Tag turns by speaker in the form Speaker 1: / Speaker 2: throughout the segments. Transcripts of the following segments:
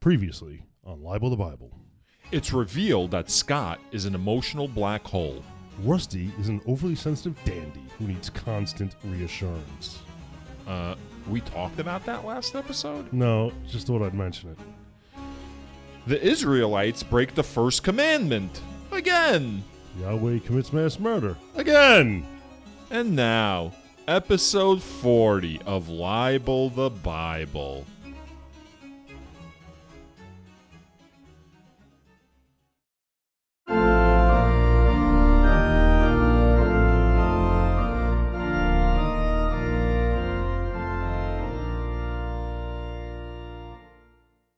Speaker 1: Previously on Libel the Bible,
Speaker 2: It's revealed that Scott is an emotional black hole.
Speaker 1: Rusty is an overly sensitive dandy who needs constant reassurance.
Speaker 2: Uh, we talked about that last episode.
Speaker 1: No, just thought I'd mention it.
Speaker 2: The Israelites break the first commandment. Again.
Speaker 1: Yahweh commits mass murder. Again!
Speaker 2: And now, episode 40 of Libel the Bible.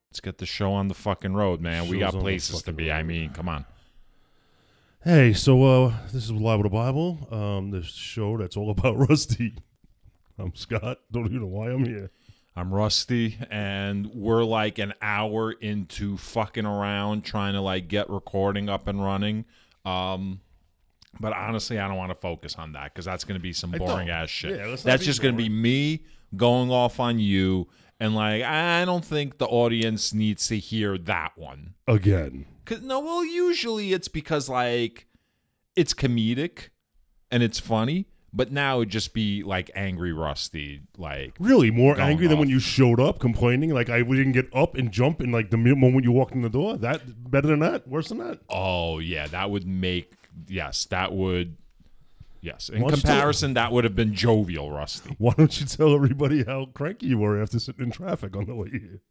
Speaker 2: Let's get the show on the fucking road, man. we
Speaker 1: Show's
Speaker 2: got
Speaker 1: on the
Speaker 2: places to
Speaker 1: fucking
Speaker 2: be. I
Speaker 1: road.
Speaker 2: mean, come on.
Speaker 1: Hey, so uh, this is Libel the Bible, um, this show that's all about Rusty. I'm Scott. Don't even know why I'm here.
Speaker 2: I'm rusty, and we're like an hour into fucking around trying to like get recording up and running. Um, but honestly, I don't want to focus on that because that's going to be some
Speaker 1: don't.
Speaker 2: boring ass shit.
Speaker 1: Yeah, let's not
Speaker 2: that's
Speaker 1: be
Speaker 2: just going to be me going off on you, and like I don't think the audience needs to hear that one.
Speaker 1: Again.
Speaker 2: Cause no, well, usually it's because like it's comedic and it's funny, but now it'd just be like angry rusty, like
Speaker 1: Really, more
Speaker 2: Going
Speaker 1: angry than when
Speaker 2: off.
Speaker 1: you showed up complaining, like I we didn't get up and jump in like the mi- moment you walked in the door. That better than that? Worse than that?
Speaker 2: Oh yeah, that would make yes, that would yes. In
Speaker 1: Why don't you tell-
Speaker 2: comparison, that would have been jovial, Rusty.
Speaker 1: Why don't you tell everybody how cranky you were after sitting in traffic on the way here?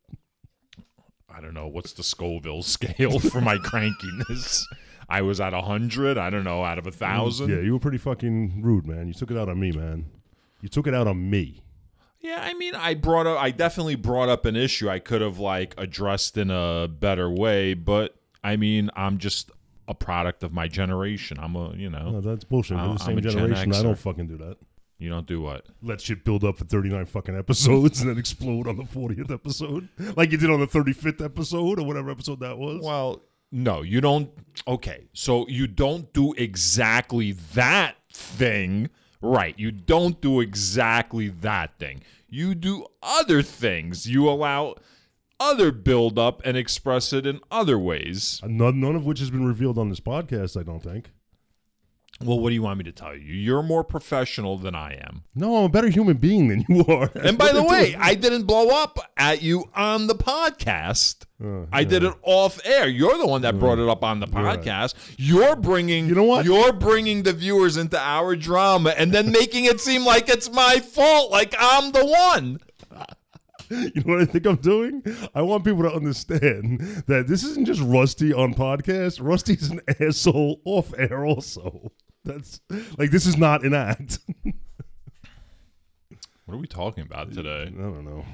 Speaker 2: I don't know what's the Scoville scale for my crankiness. I was at a hundred. I don't know out of a thousand.
Speaker 1: Yeah, you were pretty fucking rude, man. You took it out on me, man. You took it out on me.
Speaker 2: Yeah, I mean, I brought up, I definitely brought up an issue I could have like addressed in a better way, but I mean, I'm just a product of my generation. I'm a, you
Speaker 1: No,
Speaker 2: know,
Speaker 1: that's bullshit. We're
Speaker 2: I'm-
Speaker 1: the
Speaker 2: I'm
Speaker 1: same
Speaker 2: a Gen
Speaker 1: generation. I
Speaker 2: Xer.
Speaker 1: don't fucking do that.
Speaker 2: you don't do what.
Speaker 1: Let shit build up for 39 fucking episodes and then explode on the 40th episode. Like you did on the 35th episode or whatever episode that was.
Speaker 2: Well, no, you don't. Okay, so you don't do exactly that thing, right? You don't do exactly that thing. You do other things. You allow other build up and express it in other ways.
Speaker 1: None, none of which has been revealed on this podcast, I don't think.
Speaker 2: Well, what do you want me to tell you? You're more professional than I am.
Speaker 1: No, I'm a better human being than you are.
Speaker 2: And by the way, I didn't blow up at you on the podcast.
Speaker 1: Oh,
Speaker 2: I did it off air. You're the one that brought it up on the podcast. You're bringing
Speaker 1: You know what?
Speaker 2: You're bringing the viewers into our drama and then making it seem like it's my fault, like I'm the one.
Speaker 1: You know what I think I'm doing? I want people to understand that this isn't just Rusty on podcast. Rusty's an asshole off air also. That's like this is not an act.
Speaker 2: What are we talking about
Speaker 1: I
Speaker 2: today?
Speaker 1: don't know.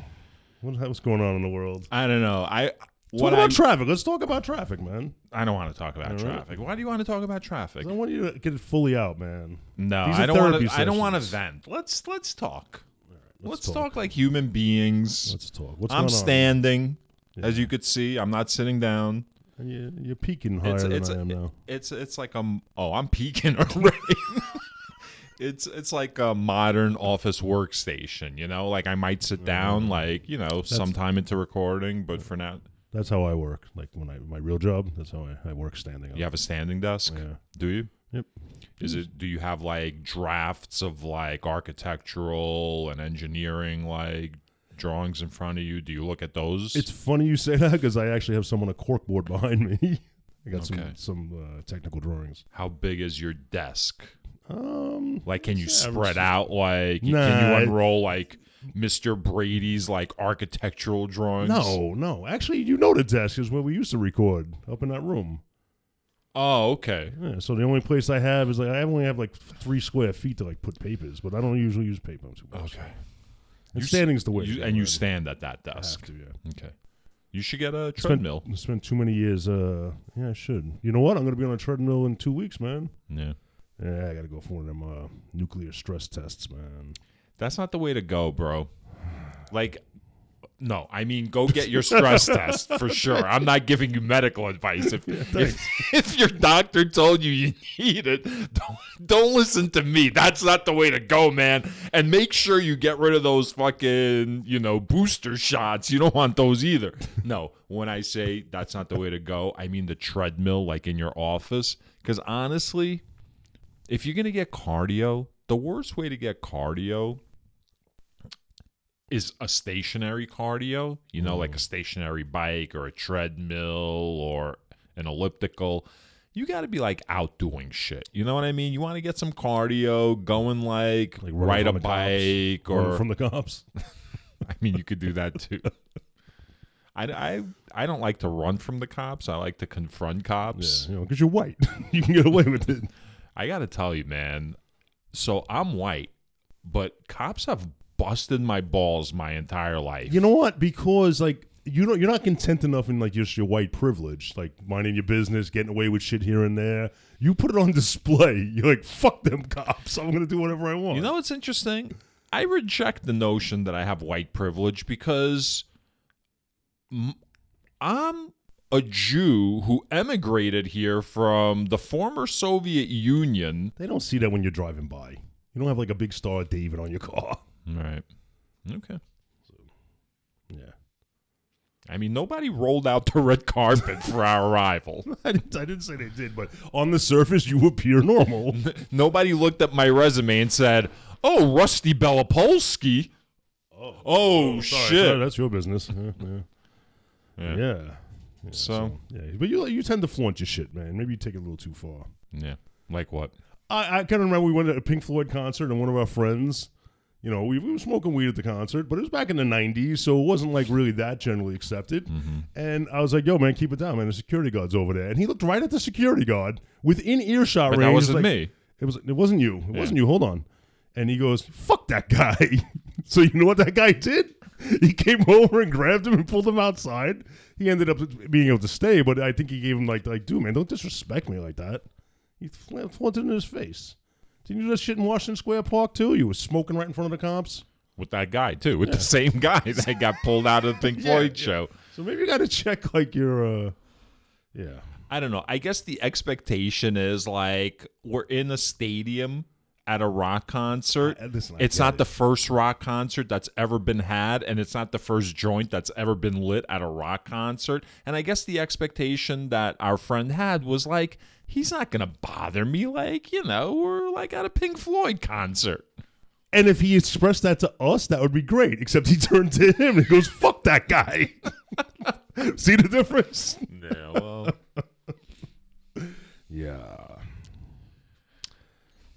Speaker 1: What the hell's going on in the world?
Speaker 2: I don't know. I
Speaker 1: What
Speaker 2: what
Speaker 1: about
Speaker 2: I,
Speaker 1: traffic? Let's talk about traffic, man.
Speaker 2: I don't want to talk about
Speaker 1: right.
Speaker 2: traffic. Why do you want to talk about traffic?
Speaker 1: 'Cause I want you to get it fully out, man.
Speaker 2: No,
Speaker 1: These are
Speaker 2: I don't want
Speaker 1: therapy
Speaker 2: to I don't want to
Speaker 1: sessions.
Speaker 2: vent. Let's let's talk.
Speaker 1: let's
Speaker 2: let's
Speaker 1: talk.
Speaker 2: talk. like human beings.
Speaker 1: Let's talk. What's
Speaker 2: I'm
Speaker 1: going on?
Speaker 2: standing, as you could see. I'm not sitting down.
Speaker 1: You- You're peaking higher
Speaker 2: It's
Speaker 1: than
Speaker 2: it's
Speaker 1: I am now.
Speaker 2: it's it's like um oh I'm peeking already. it's it's like a modern office workstation. You know, like I might sit down, like you know, sometime into recording, but for now,
Speaker 1: That's how I work. Like when I my real job, that's how I, I work standing up.
Speaker 2: you have a standing desk.
Speaker 1: Yeah.
Speaker 2: Do you?
Speaker 1: Yep.
Speaker 2: Is it? Do you have like drafts of like architectural and engineering like drawings in front of you? Do you look at those?
Speaker 1: It's funny you say that because I actually have some on a corkboard behind me. I got
Speaker 2: Okay.
Speaker 1: some some uh, technical drawings.
Speaker 2: How big is your desk?
Speaker 1: Um,
Speaker 2: Like, can you
Speaker 1: Yeah, I would
Speaker 2: spread out? Like,
Speaker 1: Nah,
Speaker 2: can
Speaker 1: I-
Speaker 2: you unroll like Mr. Brady's like architectural drawings?
Speaker 1: no, no. Actually, you know the desk is where we used to record up in that room.
Speaker 2: Oh, okay.
Speaker 1: Yeah, so the only place I have is like I only have like three square feet to like put papers, but I don't usually use paper. I'm too much.
Speaker 2: Okay.
Speaker 1: And
Speaker 2: You s-
Speaker 1: standing's the way. to
Speaker 2: You,
Speaker 1: go,
Speaker 2: and you
Speaker 1: man.
Speaker 2: stand at that
Speaker 1: I have
Speaker 2: desk.
Speaker 1: to, yeah.
Speaker 2: Okay. You should get a
Speaker 1: Spent-
Speaker 2: treadmill.
Speaker 1: Spent too many years. Uh, yeah, I should. You know what? I'm gonna be on a treadmill in two weeks, man.
Speaker 2: Yeah.
Speaker 1: Yeah, I gotta go for one of them uh, nuclear stress tests, man.
Speaker 2: That's not the way to go, bro. Like, No, I mean go get your stress test for sure. I'm not giving you medical advice. If if, if your doctor told you you need it, don't, don't listen to me. That's not the way to go, man. And make sure you get rid of those fucking, you know, booster shots. You don't want those either. No, when I say that's not the way to go, I mean the treadmill like in your office cuz honestly, if you're going to get cardio, the worst way to get cardio is a stationary cardio, you know,
Speaker 1: Mm.
Speaker 2: like a stationary bike or a treadmill or an elliptical. You got to be like out doing shit. You know what I mean? You want to get some cardio going, like,
Speaker 1: Like running
Speaker 2: ride a
Speaker 1: from the cops.
Speaker 2: bike
Speaker 1: Or
Speaker 2: or.
Speaker 1: from the cops.
Speaker 2: I mean, you could do that too. I, I, I don't like to run from the cops. I like to confront cops.
Speaker 1: Because you know, 'cause you're white. you can get away with it.
Speaker 2: I gotta tell you, man. So I'm white, but cops have busted my balls my entire life.
Speaker 1: You know what? Because like you don't, you're not content enough in like just your white privilege, like minding your business, getting away with shit here and there. You put it on display. You're like, fuck them cops. I'm gonna do whatever I want.
Speaker 2: You know what's interesting? I reject the notion that I have white privilege because m- I'm a Jew who emigrated here from the former Soviet Union.
Speaker 1: they don't see that when you're driving by. You don't have like a big star of David on your car.
Speaker 2: Right. Okay.
Speaker 1: Yeah,
Speaker 2: I mean, nobody rolled out the red carpet for our arrival.
Speaker 1: I didn't, I didn't say they did, but on the surface, you appear normal.
Speaker 2: Nobody looked at my resume and said, "Oh, Rusty Belopolsky." Oh,
Speaker 1: Sorry,
Speaker 2: shit!
Speaker 1: sorry, that's your business. Yeah, yeah.
Speaker 2: Yeah.
Speaker 1: yeah.
Speaker 2: so,
Speaker 1: Yeah, but you you tend to flaunt your shit, man. Maybe you take it a little too far.
Speaker 2: yeah, like what?
Speaker 1: I, I kind of remember we went to a Pink Floyd concert and one of our friends, you know, we, we were smoking weed at the concert, but it was back in the 90s, so it wasn't like really that generally accepted.
Speaker 2: Mm-hmm.
Speaker 1: And I was like, yo, man, keep it down, man. The security guard's over there. And he looked right at the security guard within earshot
Speaker 2: But
Speaker 1: range.
Speaker 2: that
Speaker 1: It was
Speaker 2: wasn't
Speaker 1: like-
Speaker 2: me.
Speaker 1: It, was, it wasn't you. It wasn't you. Hold on. And he goes, fuck that guy. so you know what that guy did? He came over and grabbed him and pulled him outside. He ended up being able to stay, but I think he gave him like, like, dude, man, don't disrespect me like that. He fla- flaunted in his face. Didn't you do that shit in Washington Square Park too? You were smoking right in front of the cops.
Speaker 2: With that guy too, with the same guy that got pulled out of the Pink Floyd show.
Speaker 1: So maybe you got to check like your, uh, yeah,
Speaker 2: I don't know. I guess the expectation is like we're in a stadium at a rock concert.
Speaker 1: I- listen, I
Speaker 2: it's
Speaker 1: get
Speaker 2: not
Speaker 1: it.
Speaker 2: the first rock concert that's ever been had, and it's not the first joint that's ever been lit at a rock concert. And I guess the expectation that our friend had was like, he's not gonna bother me. Like you know, we're like at a Pink Floyd concert.
Speaker 1: And if he expressed that to us, that would be great. Except he turned to him and goes, "Fuck that guy." See the difference?
Speaker 2: Yeah, well,
Speaker 1: Yeah.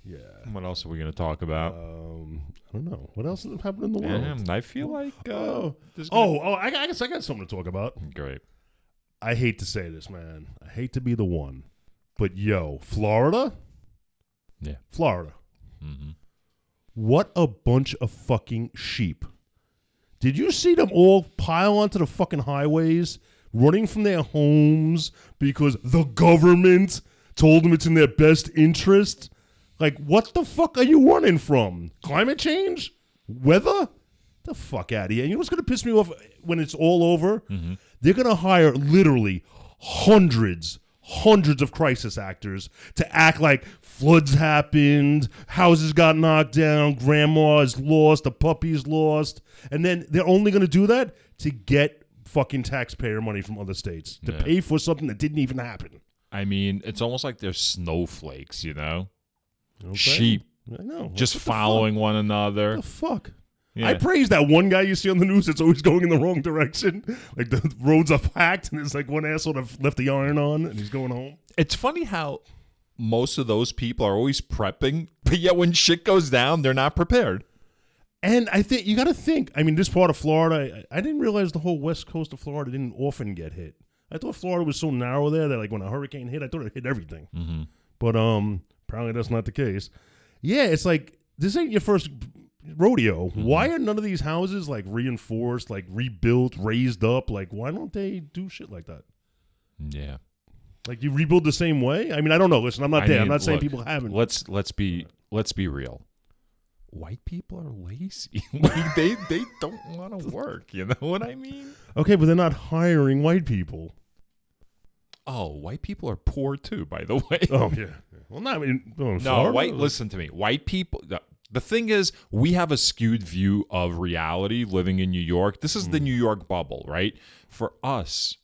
Speaker 1: Yeah.
Speaker 2: what else are we gonna talk about?
Speaker 1: Um, I don't know what else happened in the Uh, world.
Speaker 2: Damn, I feel like uh,
Speaker 1: Oh,
Speaker 2: there's gonna-
Speaker 1: oh, oh! I, I guess I got something to talk about.
Speaker 2: great.
Speaker 1: I hate to say this, man. I hate to be the one, but yo, Florida,
Speaker 2: Yeah.
Speaker 1: Florida,
Speaker 2: hmm
Speaker 1: what a bunch of fucking sheep! Did you see them all pile onto the fucking highways, running from their homes because the government told them it's in their best interest? Like, what the fuck are you running from? Climate change? Weather? The fuck out of here. You know what's going to piss me off when it's all over? They're going to hire literally hundreds, hundreds of crisis actors to act like floods happened, houses got knocked down, grandma is lost, the puppy's lost. And then they're only going to do that to get fucking taxpayer money from other states to pay for something that didn't even happen.
Speaker 2: I mean, it's almost like they're snowflakes, you know?
Speaker 1: Okay?
Speaker 2: Sheep
Speaker 1: I know.
Speaker 2: just
Speaker 1: What the fuck?
Speaker 2: following one another.
Speaker 1: the fuck?
Speaker 2: Yeah.
Speaker 1: I praise that one guy you see on the news that's always going in the wrong direction. Like the roads are packed, and it's like one asshole that left the iron on, and he's going home.
Speaker 2: It's funny how most of those people are always prepping, but yet when shit goes down, they're not prepared.
Speaker 1: And I think you got to think. I mean, this part of Florida, I, I didn't realize the whole west coast of Florida didn't often get hit. I thought Florida was so narrow there that like when a hurricane hit, I thought it hit everything. But um, apparently that's not the case. Yeah, it's like this ain't your first rodeo. Why are none of these houses like reinforced, like rebuilt, raised up? Like, why don't they do shit like that?
Speaker 2: Yeah.
Speaker 1: Like you rebuild the same way? I mean, I don't know. Listen, I'm not
Speaker 2: I
Speaker 1: there. I'm
Speaker 2: mean,
Speaker 1: not saying
Speaker 2: look,
Speaker 1: people haven't.
Speaker 2: Let's let's be let's be real. white people are lazy. Like, they they don't want to work. You know what I mean?
Speaker 1: Okay, but they're not hiring white people.
Speaker 2: Oh, white people are poor too, by the way.
Speaker 1: Oh yeah. Well, not in oh, in
Speaker 2: No,
Speaker 1: Florida?
Speaker 2: white. Listen to me. White people. the- The thing is, we have a skewed view of reality living in New York. This is the New York bubble, right? For us,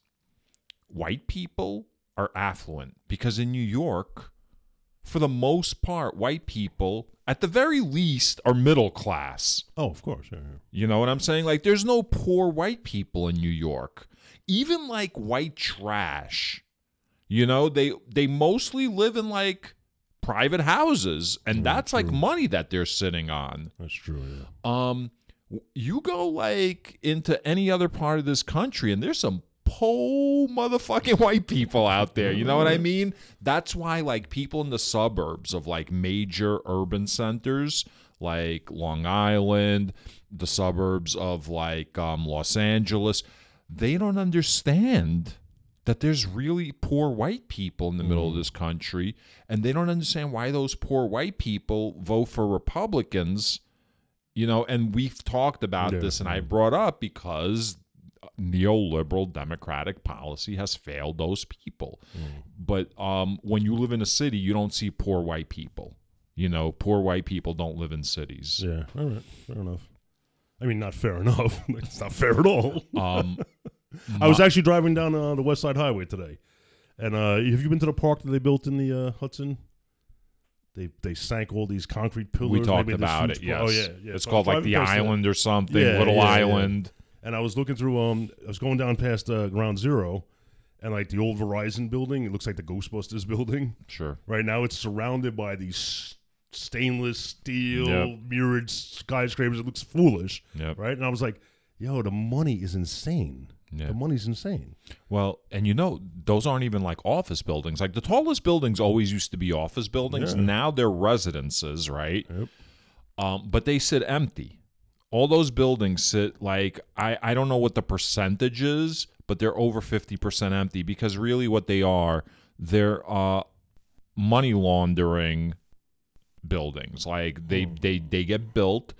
Speaker 2: white people are affluent because in New York, for the most part, white people, at the very least, are middle class.
Speaker 1: Oh, of course. Yeah, yeah.
Speaker 2: You know what I'm saying? Like, there's no poor white people in New York. Even like white trash, you know, they they mostly live in like private houses, and that's like money that they're sitting on.
Speaker 1: That's true. Yeah.
Speaker 2: Um, w- you go like into any other part of this country, and there's some po motherfucking white people out there. You know what I mean? That's why like people in the suburbs of like major urban centers, like Long Island, the suburbs of like um, Los Angeles, they don't understand that there's really poor white people in the middle of this country and they don't understand why those poor white people vote for republicans you know and we've talked about
Speaker 1: Yeah.
Speaker 2: this and i brought up because neoliberal democratic policy has failed those people
Speaker 1: Mm.
Speaker 2: but um, when you live in a city you don't see poor white people you know poor white people don't live in cities
Speaker 1: Yeah. All right. Fair enough. I mean, not fair enough. it's not fair at all.
Speaker 2: um,
Speaker 1: I was actually driving down uh, the West Side Highway today, and uh, have you been to the park that they built in the uh, Hudson? They they sank all these concrete pillars.
Speaker 2: we
Speaker 1: and they
Speaker 2: talked
Speaker 1: made this
Speaker 2: about
Speaker 1: huge
Speaker 2: it
Speaker 1: pro-
Speaker 2: yes
Speaker 1: Oh yeah, yeah.
Speaker 2: it's
Speaker 1: So I
Speaker 2: called
Speaker 1: was
Speaker 2: like
Speaker 1: driving
Speaker 2: the
Speaker 1: past that,
Speaker 2: island or something
Speaker 1: Yeah,
Speaker 2: little
Speaker 1: yeah, yeah.
Speaker 2: island
Speaker 1: and I was looking through. Um, I was going down past uh, Ground Zero, and like the old Verizon building. It looks like the Ghostbusters building.
Speaker 2: Sure.
Speaker 1: Right now, it's surrounded by these s- stainless steel
Speaker 2: Yep.
Speaker 1: mirrored skyscrapers. It looks foolish,
Speaker 2: Yep.
Speaker 1: right? And I was like, "Yo, the money is insane.
Speaker 2: Yeah.
Speaker 1: The money's insane."
Speaker 2: Well, and you know, those aren't even like office buildings. Like the tallest buildings always used to be office buildings. Now they're residences, right?
Speaker 1: Yep.
Speaker 2: Um, but they sit empty. All those buildings sit like I, I don't know what the percentage is, but they're over fifty percent empty because really what they are, they're uh money laundering buildings. Like they they they get built,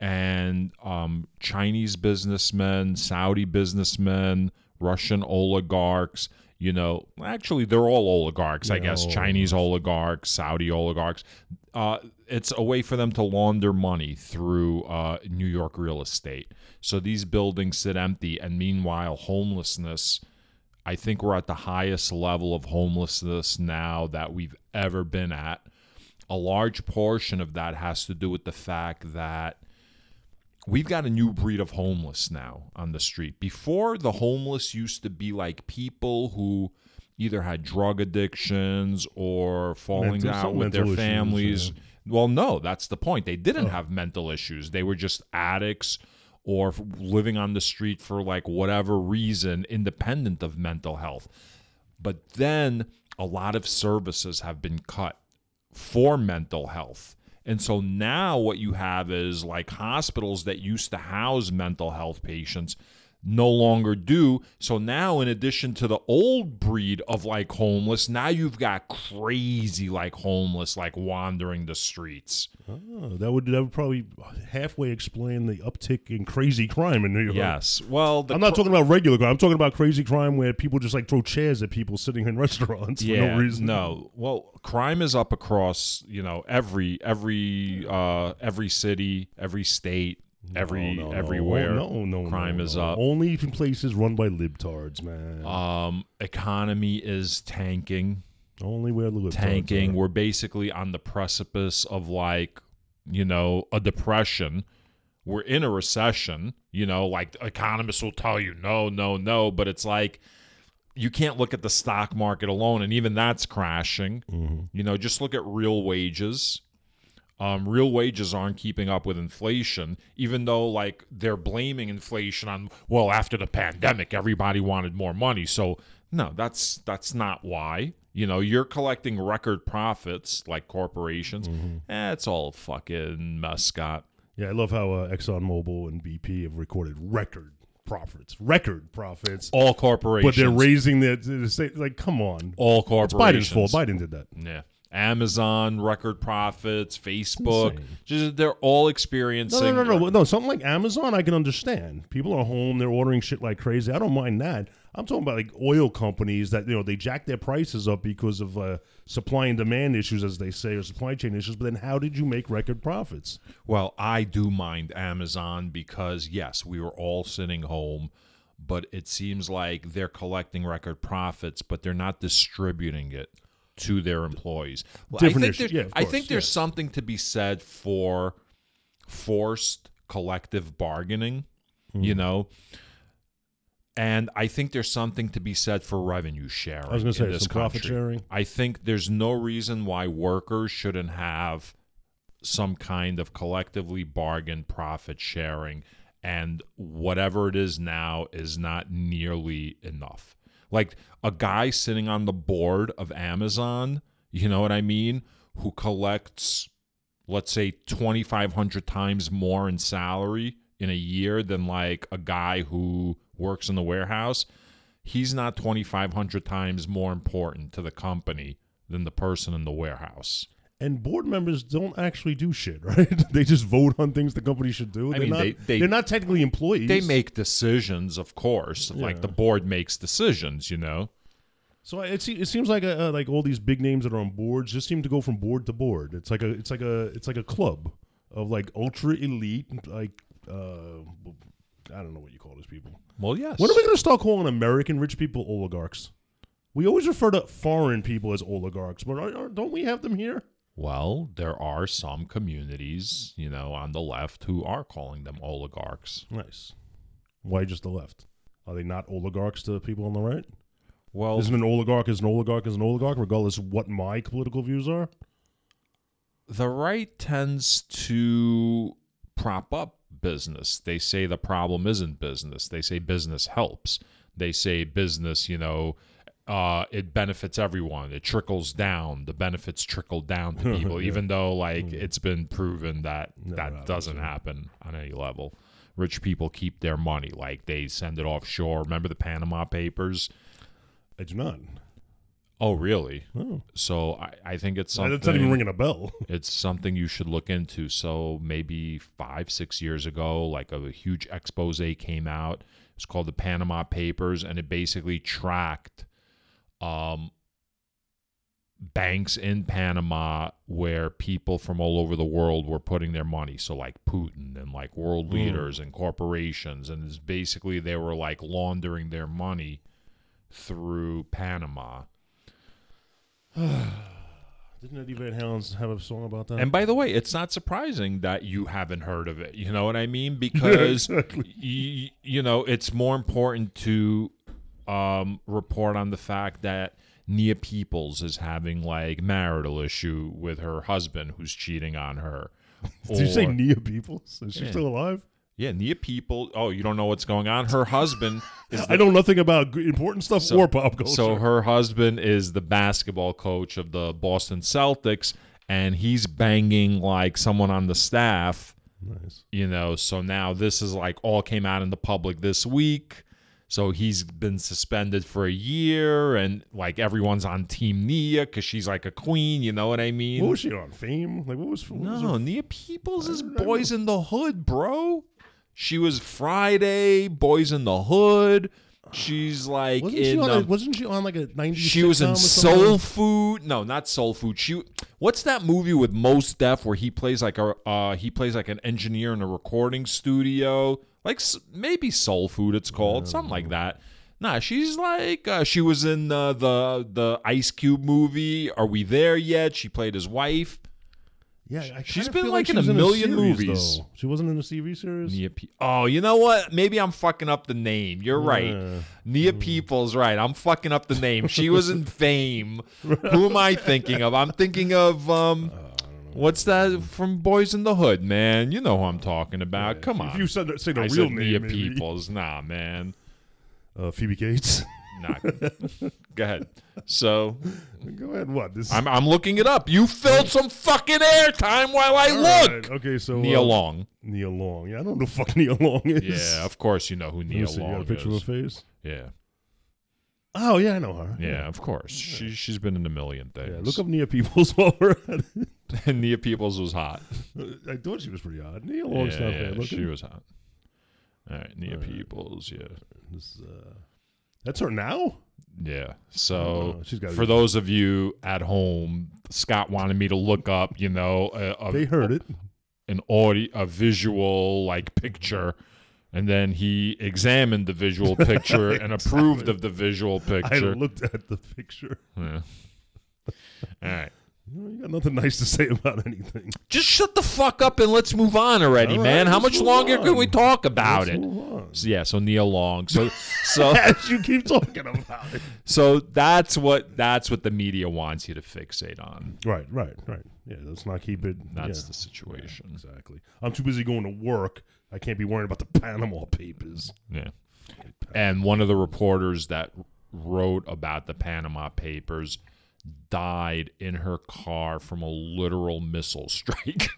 Speaker 2: and um, Chinese businessmen, Saudi businessmen, Russian oligarchs. You know, actually, they're all oligarchs, I guess. Chinese oligarchs, Saudi oligarchs. Uh, it's a way for them to launder money through uh, New York real estate. So these buildings sit empty, and meanwhile, homelessness. I think we're at the highest level of homelessness now that we've ever been at. A large portion of that has to do with the fact that we've got a new breed of homeless now on the street. Before, the homeless used to be like people who either had drug addictions or falling
Speaker 1: Mental-
Speaker 2: out
Speaker 1: some
Speaker 2: with their
Speaker 1: mental issues,
Speaker 2: families.
Speaker 1: yeah. Oh.
Speaker 2: Well, no, that's the point. They didn't have mental issues. They were just addicts or f- living on the street for like whatever reason, independent of mental health. But then a lot of services have been cut for mental health. And so now what you have is like hospitals that used to house mental health patients no longer do. So now, in addition to the old breed of like homeless, now you've got crazy like homeless, like wandering the streets.
Speaker 1: Oh, that would that would probably halfway explain the uptick in crazy crime in New York.
Speaker 2: Yes. Well, the
Speaker 1: I'm not
Speaker 2: cr-
Speaker 1: talking about regular crime. I'm talking about crazy crime where people just like throw chairs at people sitting in restaurants for no reason.
Speaker 2: No. Well, crime is up across, you know, every every uh every city, every state, every
Speaker 1: No, no,
Speaker 2: everywhere.
Speaker 1: No, no, no,
Speaker 2: crime
Speaker 1: no,
Speaker 2: is
Speaker 1: no.
Speaker 2: up.
Speaker 1: Only in places run by libtards, man.
Speaker 2: Um economy is tanking,
Speaker 1: Only where the libtards
Speaker 2: tanking.
Speaker 1: are.
Speaker 2: We're basically on the precipice of like, you know, a depression. We're in a recession, you know, like economists will tell you no, no, no, but it's like you can't look at the stock market alone and even that's crashing. You know, just look at real wages. Um, real wages aren't keeping up with inflation, even though like they're blaming inflation on well after the pandemic everybody wanted more money. So no, that's that's not why. You know, you're collecting record profits like corporations.
Speaker 1: Mm-hmm.
Speaker 2: Eh, it's all fucking mascot.
Speaker 1: Yeah, I love how uh, ExxonMobil and BP have recorded record profits. Record profits.
Speaker 2: All
Speaker 1: but
Speaker 2: corporations.
Speaker 1: they're raising their, their state, like, come on.
Speaker 2: all
Speaker 1: Biden's
Speaker 2: corporations.
Speaker 1: fault. Biden did that.
Speaker 2: Yeah. Amazon record profits, Facebook,
Speaker 1: Insane.
Speaker 2: just they're all experiencing.
Speaker 1: No, no, no, no, no. Something like Amazon, I can understand. People are home; they're ordering shit like crazy. I don't mind that. I'm talking about like oil companies that you know they jack their prices up because of uh, supply and demand issues, as they say, or supply chain issues. But then, how did you make record profits?
Speaker 2: Well, I do mind Amazon because yes, we were all sitting home, but it seems like they're collecting record profits, but they're not distributing it to their employees. Well,
Speaker 1: Different
Speaker 2: I think,
Speaker 1: issue.
Speaker 2: there's-
Speaker 1: Yeah, of
Speaker 2: I
Speaker 1: course,
Speaker 2: think there's
Speaker 1: yes.
Speaker 2: something to be said for forced collective bargaining, you
Speaker 1: Mm.
Speaker 2: know. And I think there's something to be said for revenue sharing.
Speaker 1: I was going to
Speaker 2: in
Speaker 1: say
Speaker 2: this
Speaker 1: some profit
Speaker 2: country.
Speaker 1: sharing.
Speaker 2: I think there's no reason why workers shouldn't have some kind of collectively bargained profit sharing, and whatever it is now is not nearly enough. Like a guy sitting on the board of Amazon, you know what I mean, who collects, let's say, 2,500 times more in salary in a year than like a guy who works in the warehouse he's not 2,500 times more important to the company than the person in the warehouse.
Speaker 1: And board members don't actually do shit, right? they just vote on things the company should do. They're
Speaker 2: mean,
Speaker 1: not,
Speaker 2: they- they-
Speaker 1: are not technically employees.
Speaker 2: They make decisions, of course, like the board makes decisions, you know?
Speaker 1: So it, se- it seems like uh, like all these big names that are on boards just seem to go from board to board. It's like a it's like a it's like a club of like ultra elite like uh, I don't know what you call these people.
Speaker 2: Well, yes.
Speaker 1: When are we going to start calling American rich people oligarchs? We always refer to foreign people as oligarchs, but are, are, don't we have them here?
Speaker 2: well, there are some communities, you know, on the left who are calling them oligarchs.
Speaker 1: Nice. Why just the left? Are they not oligarchs to people on the right?
Speaker 2: Well,
Speaker 1: Isn't an oligarch is an oligarch is an oligarch, regardless of what my political views are?
Speaker 2: the right tends to prop up business. They say the problem isn't business. They say business helps. They say business, you know, uh, it benefits everyone. It trickles down. The benefits trickle down to people, even though like
Speaker 1: Mm.
Speaker 2: it's been proven that that doesn't happen on any level. Rich people keep their money, like they send it offshore. Remember the Panama Papers?
Speaker 1: I do not.
Speaker 2: Oh, really?
Speaker 1: Oh.
Speaker 2: So I, I think it's something.
Speaker 1: That's not even ringing a bell.
Speaker 2: it's something you should look into. So maybe five, six years ago, like a huge expose came out. It's called the Panama Papers, and it basically tracked um, banks in Panama where people from all over the world were putting their money. So like Putin and like world leaders and corporations, and it's basically they were like laundering their money through Panama.
Speaker 1: Didn't Eddie Van Halen have a song about that?
Speaker 2: And by the way, it's not surprising that you haven't heard of it. You know what I mean? Because y- you know it's more important to um, report on the fact that Nia Peoples is having like marital issue with her husband who's cheating on her.
Speaker 1: Did you say
Speaker 2: Or-
Speaker 1: Nia Peoples? Is she still alive?
Speaker 2: yeah, Nia Peoples? Oh, you don't know what's going on. Her husband is
Speaker 1: I know nothing about g- important stuff or pop culture.
Speaker 2: So her husband is the basketball coach of the Boston Celtics, and he's banging like someone on the staff.
Speaker 1: nice.
Speaker 2: you know so now this is like all came out in the public this week so he's been suspended for a year and like everyone's on team nia because she's like a queen you know what i mean
Speaker 1: What was she on? Fame? Like what was? What was her-
Speaker 2: no nia peoples is boys in the hood bro she was friday boys in the hood she's like
Speaker 1: wasn't
Speaker 2: in
Speaker 1: she on? a,
Speaker 2: um,
Speaker 1: wasn't she on like a ninety?
Speaker 2: she was in Soul Food. No, not Soul Food. She what's that movie with Mos Def where he plays like a uh, he plays like an engineer in a recording studio? Like s- maybe Soul Food it's called, something like that. Nah, she's like uh, she was in uh, the the Ice Cube movie. Are we there yet? She played his wife.
Speaker 1: Yeah, I kinda
Speaker 2: she's been,
Speaker 1: feel
Speaker 2: like,
Speaker 1: she
Speaker 2: in a
Speaker 1: was
Speaker 2: million
Speaker 1: series,
Speaker 2: movies.
Speaker 1: though. She wasn't in a TV series.
Speaker 2: Nia Pe- oh, you know what? Maybe I'm fucking up the name. You're
Speaker 1: Yeah. Hmm.
Speaker 2: right. Nia Peoples, right. I'm fucking up the name. She was in Fame. Who am I thinking of? I'm thinking of
Speaker 1: Uh,
Speaker 2: um what's that from Boys in the Hood, man? You know who I'm talking about. Come on.
Speaker 1: If you said the- say the
Speaker 2: I
Speaker 1: real
Speaker 2: said
Speaker 1: name,
Speaker 2: Nia
Speaker 1: maybe.
Speaker 2: Peoples. Nah, man.
Speaker 1: Uh, Phoebe Gates.
Speaker 2: Nah. Go ahead. So
Speaker 1: Go ahead. What this?
Speaker 2: I'm I'm looking it up. You filled some fucking airtime while I
Speaker 1: All
Speaker 2: look.
Speaker 1: right, Okay, so
Speaker 2: Nia
Speaker 1: uh,
Speaker 2: Long.
Speaker 1: Nia Long. Yeah, I don't know who the fuck Nia Long is.
Speaker 2: Yeah, of course you know who
Speaker 1: Let me
Speaker 2: Nia
Speaker 1: see, you got
Speaker 2: Long
Speaker 1: a picture
Speaker 2: is.
Speaker 1: of her face.
Speaker 2: Yeah.
Speaker 1: Oh yeah, I know her.
Speaker 2: Yeah, of course. She she's been in a million things.
Speaker 1: Yeah, look up Nia Peoples while we're at it.
Speaker 2: and Nia Peoples was hot.
Speaker 1: I thought she was pretty odd. Nia
Speaker 2: yeah,
Speaker 1: Longstaff,
Speaker 2: yeah,
Speaker 1: man. Look
Speaker 2: she was hot. All right, Nia Peoples. Yeah,
Speaker 1: This, uh, that's her now.
Speaker 2: yeah. So
Speaker 1: know. She's gotta
Speaker 2: Oh, for
Speaker 1: be-
Speaker 2: those of you at home, Scott wanted me to look up, you know, a, a,
Speaker 1: They heard it.
Speaker 2: an audio, a visual like picture. And then he examined the visual picture and approved of the visual
Speaker 1: I
Speaker 2: picture.
Speaker 1: looked at the picture.
Speaker 2: Yeah. All right.
Speaker 1: You, know, you got nothing nice to say about anything.
Speaker 2: Just shut the fuck up and let's move on already,
Speaker 1: All right,
Speaker 2: man. How
Speaker 1: let's
Speaker 2: much
Speaker 1: move
Speaker 2: longer can we
Speaker 1: on.
Speaker 2: talk about
Speaker 1: Let's
Speaker 2: it?
Speaker 1: move on.
Speaker 2: So, yeah, so Neil Long. So so
Speaker 1: As you keep talking about it.
Speaker 2: so that's what that's what the media wants you to fixate on.
Speaker 1: Right, right, right. Yeah, let's not keep it.
Speaker 2: That's
Speaker 1: yeah,
Speaker 2: the situation.
Speaker 1: exactly. I'm too busy going to work. I can't be worrying about the Panama Papers.
Speaker 2: Yeah. And one of the reporters that wrote about the Panama Papers died in her car from a literal missile strike.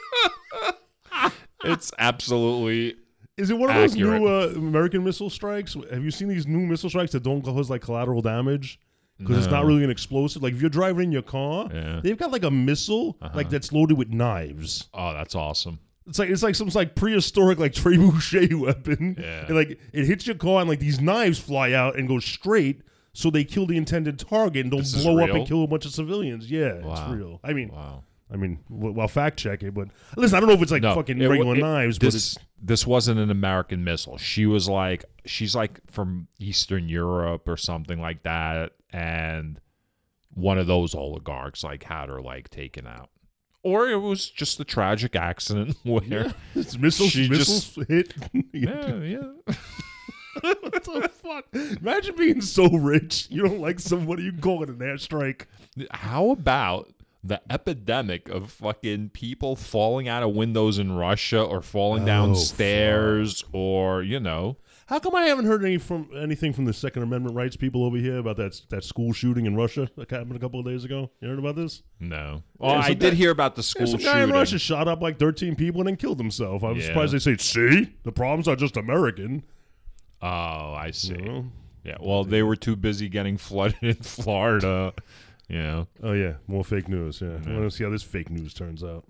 Speaker 2: it's absolutely
Speaker 1: Is it one of
Speaker 2: Accurate.
Speaker 1: those new uh, American missile strikes? Have you seen these new missile strikes that don't cause like collateral damage? Because it's not really an explosive. Like if you're driving in your car,
Speaker 2: Yeah. Uh-huh.
Speaker 1: they've got like a missile like that's loaded with knives.
Speaker 2: oh, that's awesome.
Speaker 1: It's like it's like some like prehistoric like trebuchet weapon.
Speaker 2: Yeah.
Speaker 1: And, like it hits your car and like these knives fly out and go straight, so they kill the intended target and don't
Speaker 2: is
Speaker 1: blow up
Speaker 2: real?
Speaker 1: and kill a bunch of civilians. Yeah, it's
Speaker 2: Wow.
Speaker 1: real. I mean,
Speaker 2: Wow.
Speaker 1: I mean, w- well, fact check it, but listen, I don't know if it's like
Speaker 2: No,
Speaker 1: fucking
Speaker 2: it wa-
Speaker 1: regular
Speaker 2: it-
Speaker 1: knives, but it's
Speaker 2: This this wasn't an American missile. She was like she's like from Eastern Europe or something like that, and one of those oligarchs like had her like taken out, or it was just a tragic accident where yeah
Speaker 1: It's missiles,
Speaker 2: She
Speaker 1: missiles hit.
Speaker 2: yeah.
Speaker 1: what the fuck? Imagine being so rich, you don't like somebody, you call it an airstrike.
Speaker 2: How about the epidemic of fucking people falling out of windows in Russia or
Speaker 1: Oh,
Speaker 2: falling down stairs or you know
Speaker 1: How come I haven't heard any from anything from the Second Amendment rights people over here about that that school shooting in Russia that happened a couple of days ago? You heard about this?
Speaker 2: no. Oh,
Speaker 1: Yeah,
Speaker 2: I
Speaker 1: some
Speaker 2: did
Speaker 1: guy-
Speaker 2: hear about the school
Speaker 1: Yeah, some
Speaker 2: shooting.
Speaker 1: guy in Russia shot up like 13 people and then killed himself. I was
Speaker 2: Yeah.
Speaker 1: surprised they say, "See, the problem's not just American."
Speaker 2: Oh, I see.
Speaker 1: You know?
Speaker 2: Yeah, well, they were too busy getting flooded in Florida. You know.
Speaker 1: Oh yeah, more fake news. Yeah, I want to see how this fake news turns out.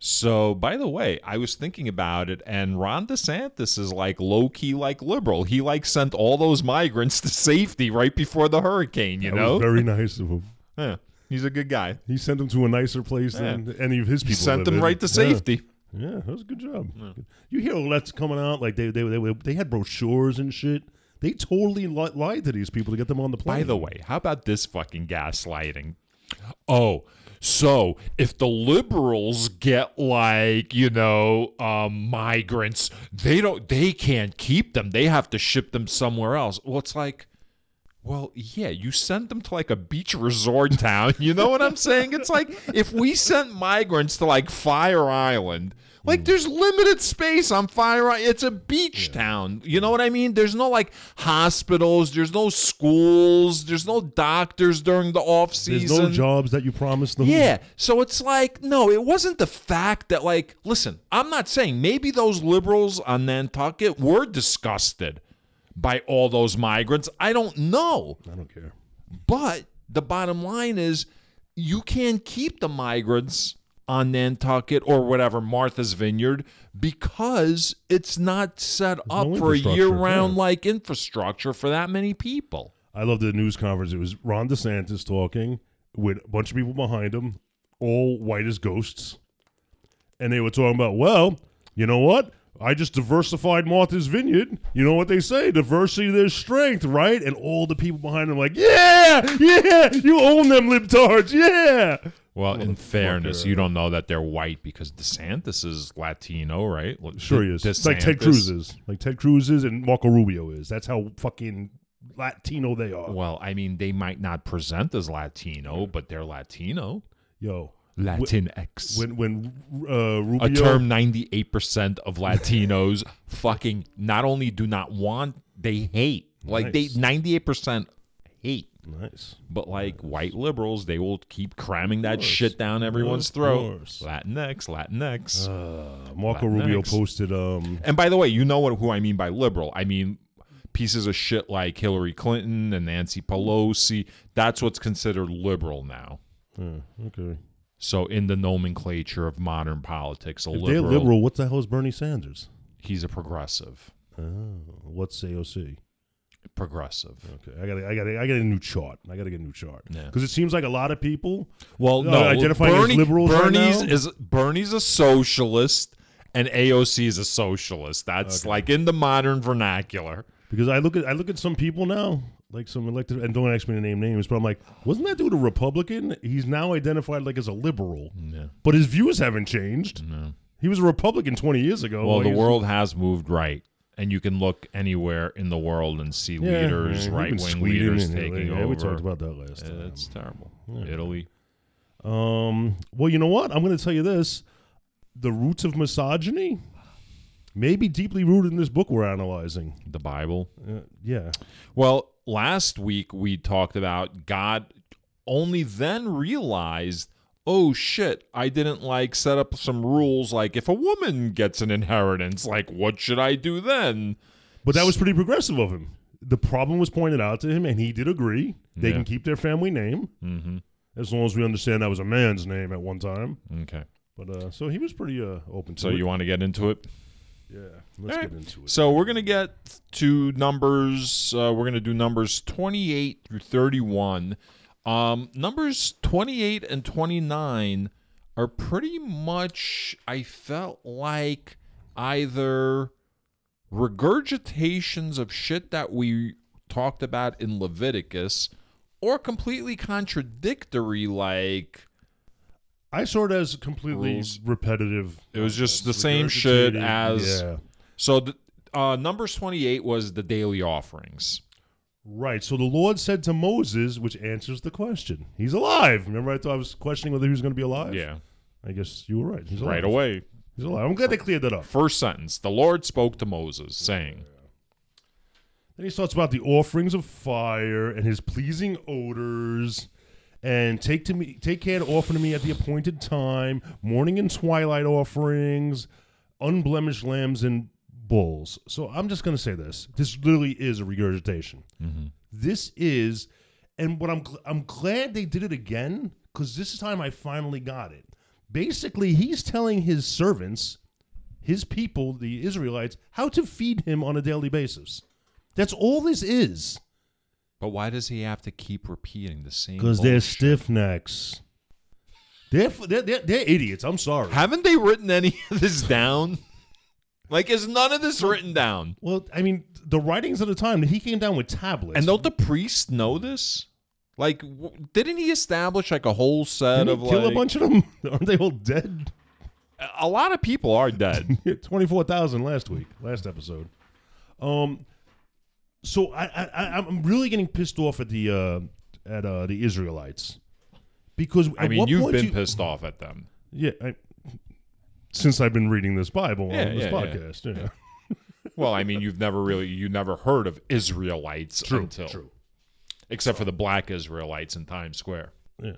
Speaker 2: So, by the way, I was thinking about it, and Ron DeSantis is like low key, like liberal. He like sent all those migrants to safety right before the hurricane. You
Speaker 1: That
Speaker 2: know,
Speaker 1: was very nice of him.
Speaker 2: Yeah, he's a good guy.
Speaker 1: He sent them to a nicer place than any of his people.
Speaker 2: He sent
Speaker 1: live
Speaker 2: them
Speaker 1: in.
Speaker 2: right to
Speaker 1: Yeah.
Speaker 2: safety.
Speaker 1: Yeah, that was a good job. Good. You hear all that's coming out, like they they they, they had brochures and shit. They totally li- lied to these people to get them on the plane.
Speaker 2: By the way, how about this fucking gaslighting? Oh, so if the liberals get like, you know, um, migrants, they don't they can't keep them. They have to ship them somewhere else. Well, it's like well, yeah, you send them to like a beach resort town. You know what I'm saying? It's like if we sent migrants to like Fire Island,
Speaker 1: Hmm.
Speaker 2: like there's limited space on Fire Island. It's a beach town. You know what I mean? There's no like hospitals, there's no schools, there's no doctors during the off
Speaker 1: there's
Speaker 2: season.
Speaker 1: no jobs that you promised them.
Speaker 2: Yeah. So it's like, no, it wasn't the fact that, like, listen, I'm not saying maybe those liberals on Nantucket were disgusted by all those migrants. I don't know.
Speaker 1: I don't care.
Speaker 2: But the bottom line is you can't keep the migrants on Nantucket or whatever, Martha's Vineyard, because it's not set up
Speaker 1: no
Speaker 2: for a
Speaker 1: infrastructure,
Speaker 2: year round like infrastructure for that many people.
Speaker 1: I love the news conference. It was Ron DeSantis talking with a bunch of people behind him, all white as ghosts, and they were talking about, well, you know what? I just diversified Martha's Vineyard. You know what they say? Diversity, there's strength, right? And all the people behind him, like, yeah, yeah, you own them, libtards, yeah.
Speaker 2: Well, in fairness,
Speaker 1: fucker.
Speaker 2: you don't know that they're white because DeSantis is Latino, right? Well,
Speaker 1: Sure,
Speaker 2: De-
Speaker 1: he is. It's like Ted
Speaker 2: DeSantis-
Speaker 1: Cruz is. Like Ted Cruz is and Marco Rubio is. That's how fucking Latino they are.
Speaker 2: Well, I mean, they might not present as Latino, but they're Latino.
Speaker 1: Yo,
Speaker 2: Latinx.
Speaker 1: when when uh, Rubio
Speaker 2: a term 98% of Latinos fucking not only do not want, they hate. Like,
Speaker 1: Nice.
Speaker 2: they 98% hate.
Speaker 1: nice.
Speaker 2: But, like, white liberals, they will keep cramming that shit down everyone's throat.
Speaker 1: course.
Speaker 2: Latinx, Latinx.
Speaker 1: Uh, Marco Rubio
Speaker 2: Latinx.
Speaker 1: posted um
Speaker 2: And by the way, you know what who I mean by liberal. I mean pieces of shit like Hillary Clinton and Nancy Pelosi. That's what's considered liberal now.
Speaker 1: Okay.
Speaker 2: So in the nomenclature of modern politics, a
Speaker 1: They're
Speaker 2: liberal,
Speaker 1: liberal. What the hell is Bernie Sanders?
Speaker 2: he's a progressive.
Speaker 1: Oh, what's AOC?
Speaker 2: Progressive.
Speaker 1: Okay, I got I got I got a new chart. I got to get a new chart
Speaker 2: Yeah.
Speaker 1: because it seems like a lot of people.
Speaker 2: Well,
Speaker 1: Uh,
Speaker 2: no,
Speaker 1: identifying as
Speaker 2: Bernie,
Speaker 1: liberals right
Speaker 2: Bernie's
Speaker 1: now?
Speaker 2: is Bernie's a socialist, and AOC is a socialist. That's like in the modern vernacular.
Speaker 1: Because I look at I look at some people now, like some elected, and don't ask me to name names, but I'm like, wasn't that dude a Republican? He's now identified like as a liberal,
Speaker 2: Yeah.
Speaker 1: but his views haven't changed. He was a Republican 20 years ago.
Speaker 2: Well,
Speaker 1: Like,
Speaker 2: the
Speaker 1: he's-
Speaker 2: world has moved right, and you can look anywhere in the world and see
Speaker 1: Yeah,
Speaker 2: leaders,
Speaker 1: yeah,
Speaker 2: right
Speaker 1: even
Speaker 2: wing
Speaker 1: Sweden
Speaker 2: leaders
Speaker 1: and-
Speaker 2: taking
Speaker 1: yeah,
Speaker 2: over.
Speaker 1: We talked about that last time.
Speaker 2: it's terrible. Italy.
Speaker 1: Um, well, you know what? I'm going to tell you this: the roots of misogyny may be deeply rooted in this book we're analyzing.
Speaker 2: the Bible.
Speaker 1: Uh, yeah,
Speaker 2: Well, last week we talked about God only then realized, oh shit, I didn't like set up some rules like if a woman gets an inheritance, like what should I do then?
Speaker 1: but that was pretty progressive of him. The problem was pointed out to him, and he did agree. They
Speaker 2: Yeah.
Speaker 1: can keep their family name
Speaker 2: Mm-hmm.
Speaker 1: as long as we understand that was a man's name at one time.
Speaker 2: Okay.
Speaker 1: But uh, so he was pretty uh, open to
Speaker 2: So
Speaker 1: it.
Speaker 2: you want to get into it?
Speaker 1: yeah, let's
Speaker 2: All right.
Speaker 1: get into it.
Speaker 2: So we're gonna get to numbers. Uh, we're gonna do numbers twenty-eight through thirty-one. Um, numbers twenty-eight and twenty-nine are pretty much. I felt like either regurgitations of shit that we talked about in Leviticus, or completely contradictory. Like
Speaker 1: I saw it as completely
Speaker 2: Rules.
Speaker 1: repetitive.
Speaker 2: it was just the
Speaker 1: It's
Speaker 2: same shit
Speaker 1: regurgitated.
Speaker 2: as.
Speaker 1: Yeah.
Speaker 2: So the, uh, numbers twenty-eight was the daily offerings.
Speaker 1: Right. So the Lord said to Moses, which answers the question. He's alive. Remember, I thought I was questioning whether he was going to be alive.
Speaker 2: Yeah.
Speaker 1: I guess you were right. He's alive.
Speaker 2: right away.
Speaker 1: He's alive. I'm glad they cleared that up.
Speaker 2: First sentence The Lord spoke to Moses, saying,
Speaker 1: Then he talks about the offerings of fire and his pleasing odors, and take to me, take care to offer to me at the appointed time, morning and twilight offerings, unblemished lambs and bulls. So I'm just going to say this: this literally is a regurgitation. This is, and what I'm gl- I'm glad they did it again because this time I finally got it. Basically, he's telling his servants, his people, the Israelites, how to feed him on a daily basis. That's all this is.
Speaker 2: But why does he have to keep repeating the same?
Speaker 1: Because they're
Speaker 2: bullshit?
Speaker 1: stiff necks. They're, f- they're, they're, they're idiots. I'm sorry.
Speaker 2: Haven't they written any of this down? Like, is none of this written down?
Speaker 1: Well, I mean, the writings of the time, he came down with tablets.
Speaker 2: And don't the priests know this? Like, w- didn't he establish like a whole set
Speaker 1: Didn't
Speaker 2: of
Speaker 1: he kill
Speaker 2: like
Speaker 1: a bunch of them? Aren't they all dead?
Speaker 2: A- a lot of people are dead.
Speaker 1: 24,000 last week, last episode. Um, so I, I, I, I'm really getting pissed off at the uh, at uh, the Israelites because
Speaker 2: I
Speaker 1: at
Speaker 2: mean,
Speaker 1: what
Speaker 2: you've
Speaker 1: point
Speaker 2: been
Speaker 1: you-
Speaker 2: pissed off at them.
Speaker 1: Yeah, I, since I've been reading this Bible
Speaker 2: Yeah,
Speaker 1: on this
Speaker 2: yeah, yeah.
Speaker 1: podcast. Yeah.
Speaker 2: Well, I mean, you've never really you never heard of Israelites until except for the black Israelites in Times Square.
Speaker 1: Yeah,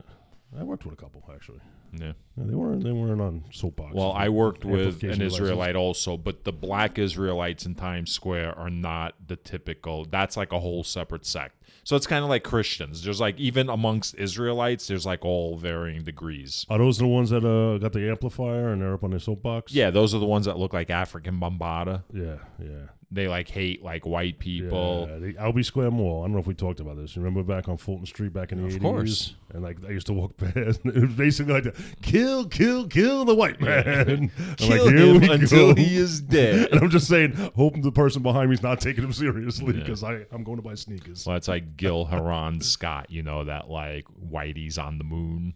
Speaker 1: I worked with a couple actually.
Speaker 2: Yeah.
Speaker 1: Yeah, they weren't they weren't on soapbox.
Speaker 2: Well, I worked with
Speaker 1: Amplification
Speaker 2: an
Speaker 1: devices.
Speaker 2: Israelite also, but the black Israelites in Times Square are not the typical. That's like a whole separate sect. So it's kind of like Christians. There's like even amongst Israelites, there's like all varying degrees.
Speaker 1: Are those the ones that uh, got the amplifier and they're up on their soapbox?
Speaker 2: Yeah, those are the ones that look like African Bombada.
Speaker 1: yeah, yeah.
Speaker 2: They like hate like white people.
Speaker 1: Yeah, the Albee Square Mall. I don't know if we talked about this. You Remember back on Fulton Street back in the
Speaker 2: Of
Speaker 1: 80s?
Speaker 2: course.
Speaker 1: And like I used to walk past and it was basically like the, kill, kill, kill the white man. I'm
Speaker 2: Kill
Speaker 1: like, "Here
Speaker 2: him
Speaker 1: we
Speaker 2: until
Speaker 1: go."
Speaker 2: he is dead.
Speaker 1: And I'm just saying, hoping the person behind me is not taking him seriously because I'm going to buy sneakers.
Speaker 2: well, that's like Gil Haran Scott. You know that like Whitey's on the moon.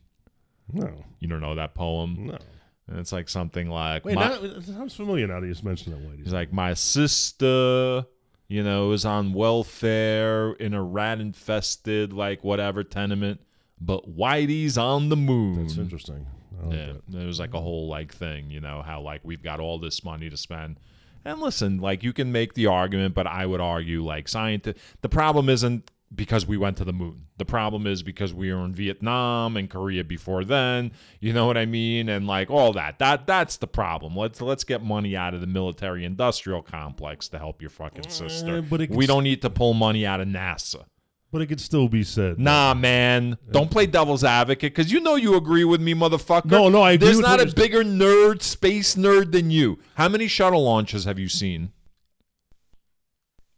Speaker 1: No,
Speaker 2: You don't know that poem.
Speaker 1: no.
Speaker 2: And it's like something like
Speaker 1: Wait,
Speaker 2: my-
Speaker 1: now, it sounds familiar now that you mentioned that lady.
Speaker 2: He's like, my sister, you know, is on welfare in a rat infested, like whatever tenement, but Whitey's on the moon.
Speaker 1: It's interesting. I like
Speaker 2: Mm-hmm. yeah.
Speaker 1: that.
Speaker 2: It was like a whole like thing, you know, how like we've got all this money to spend. And listen, like you can make the argument, but I would argue like scientist the problem isn't because we went to the moon. The problem is because we were in Vietnam and Korea before then. You know what I mean? And like all that. That that's the problem. Let's let's get money out of the military industrial complex to help your fucking sister.
Speaker 1: Eh, but it
Speaker 2: we
Speaker 1: could-
Speaker 2: don't need to pull money out of NASA.
Speaker 1: But it could still be said.
Speaker 2: Nah, man. Don't play devil's advocate because you know you agree with me, motherfucker.
Speaker 1: No, no, I agree
Speaker 2: There's
Speaker 1: with
Speaker 2: not
Speaker 1: what
Speaker 2: a
Speaker 1: you're-
Speaker 2: bigger nerd, space nerd than you. How many shuttle launches have you seen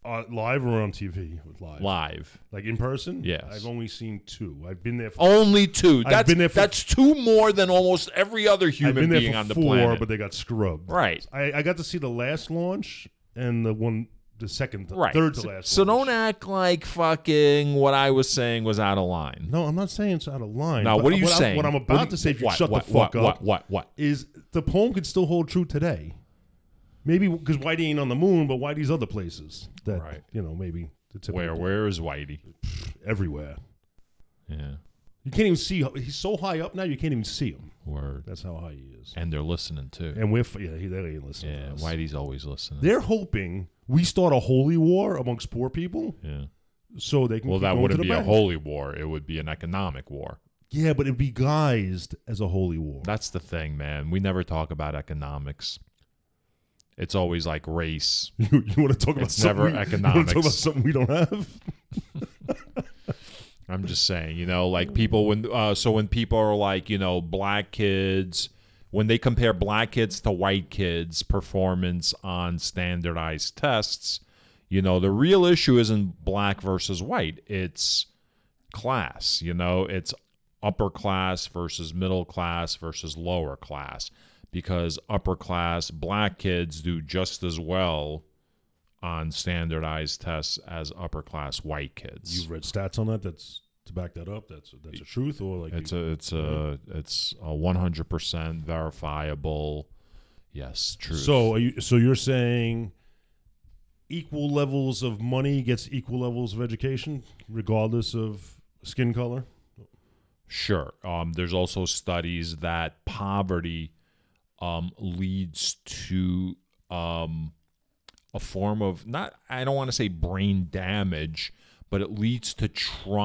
Speaker 1: Uh, live or on TV? Live.
Speaker 2: live?
Speaker 1: Like in person?
Speaker 2: Yes.
Speaker 1: I've only seen two. I've been there for,
Speaker 2: Only two. That's,
Speaker 1: been there for-
Speaker 2: that's two more than almost every other
Speaker 1: I've
Speaker 2: human
Speaker 1: been there
Speaker 2: being
Speaker 1: for
Speaker 2: on the
Speaker 1: four,
Speaker 2: planet.
Speaker 1: but they got scrubbed.
Speaker 2: Right.
Speaker 1: I, I got to see the last launch and the one, the second,
Speaker 2: Right.
Speaker 1: third to
Speaker 2: So-
Speaker 1: last.
Speaker 2: So
Speaker 1: launch.
Speaker 2: don't act like fucking what I was saying was out of line.
Speaker 1: No, I'm not saying it's out of line.
Speaker 2: Now,
Speaker 1: but
Speaker 2: what are you
Speaker 1: I-
Speaker 2: saying?
Speaker 1: what I'm
Speaker 2: What
Speaker 1: about
Speaker 2: do you-
Speaker 1: to say, if you
Speaker 2: what,
Speaker 1: shut
Speaker 2: what,
Speaker 1: the fuck
Speaker 2: what,
Speaker 1: up,
Speaker 2: What, what, what?
Speaker 1: is the poem could still hold true today. Maybe because Whitey ain't on the moon, but Whitey's other places that
Speaker 2: Right.
Speaker 1: you know maybe the typical-
Speaker 2: Where, where is Whitey?
Speaker 1: everywhere.
Speaker 2: Yeah.
Speaker 1: You can't even see. He's so high up now, you can't even see him.
Speaker 2: Word.
Speaker 1: That's how high he is.
Speaker 2: And they're listening too.
Speaker 1: And we're f- yeah, he, they ain't listening.
Speaker 2: Yeah.
Speaker 1: to us.
Speaker 2: Whitey's always listening.
Speaker 1: They're hoping we start a holy war amongst poor people
Speaker 2: yeah.
Speaker 1: so they can.
Speaker 2: Well,
Speaker 1: keep
Speaker 2: that
Speaker 1: going
Speaker 2: wouldn't
Speaker 1: to the
Speaker 2: be a
Speaker 1: bank.
Speaker 2: holy war. It would be an economic war.
Speaker 1: Yeah, but it'd be guised as a holy war.
Speaker 2: That's the thing, man. We never talk about economics. It's always like race.
Speaker 1: You, you want to talk about
Speaker 2: It's
Speaker 1: something?
Speaker 2: never
Speaker 1: we, You want to talk about
Speaker 2: economics.
Speaker 1: something we don't have?
Speaker 2: I'm just saying, you know, like people when uh, so when people are like, you know, black kids when they compare black kids to white kids performance on standardized tests, you know, the real issue isn't black versus white. It's class, you know, it's upper class versus middle class versus lower class because upper class black kids do just as well on standardized tests as upper class white kids.
Speaker 1: You've read stats on that. That's to back that up. That's that's the truth, or like
Speaker 2: It's a it's a it's a one hundred percent verifiable. Yes, true.
Speaker 1: so. Are you, so you're saying equal levels of money gets equal levels of education, regardless of skin color.
Speaker 2: sure. Um, there's also studies that poverty um, leads to um, a form of not I don't want to say brain damage, but it leads to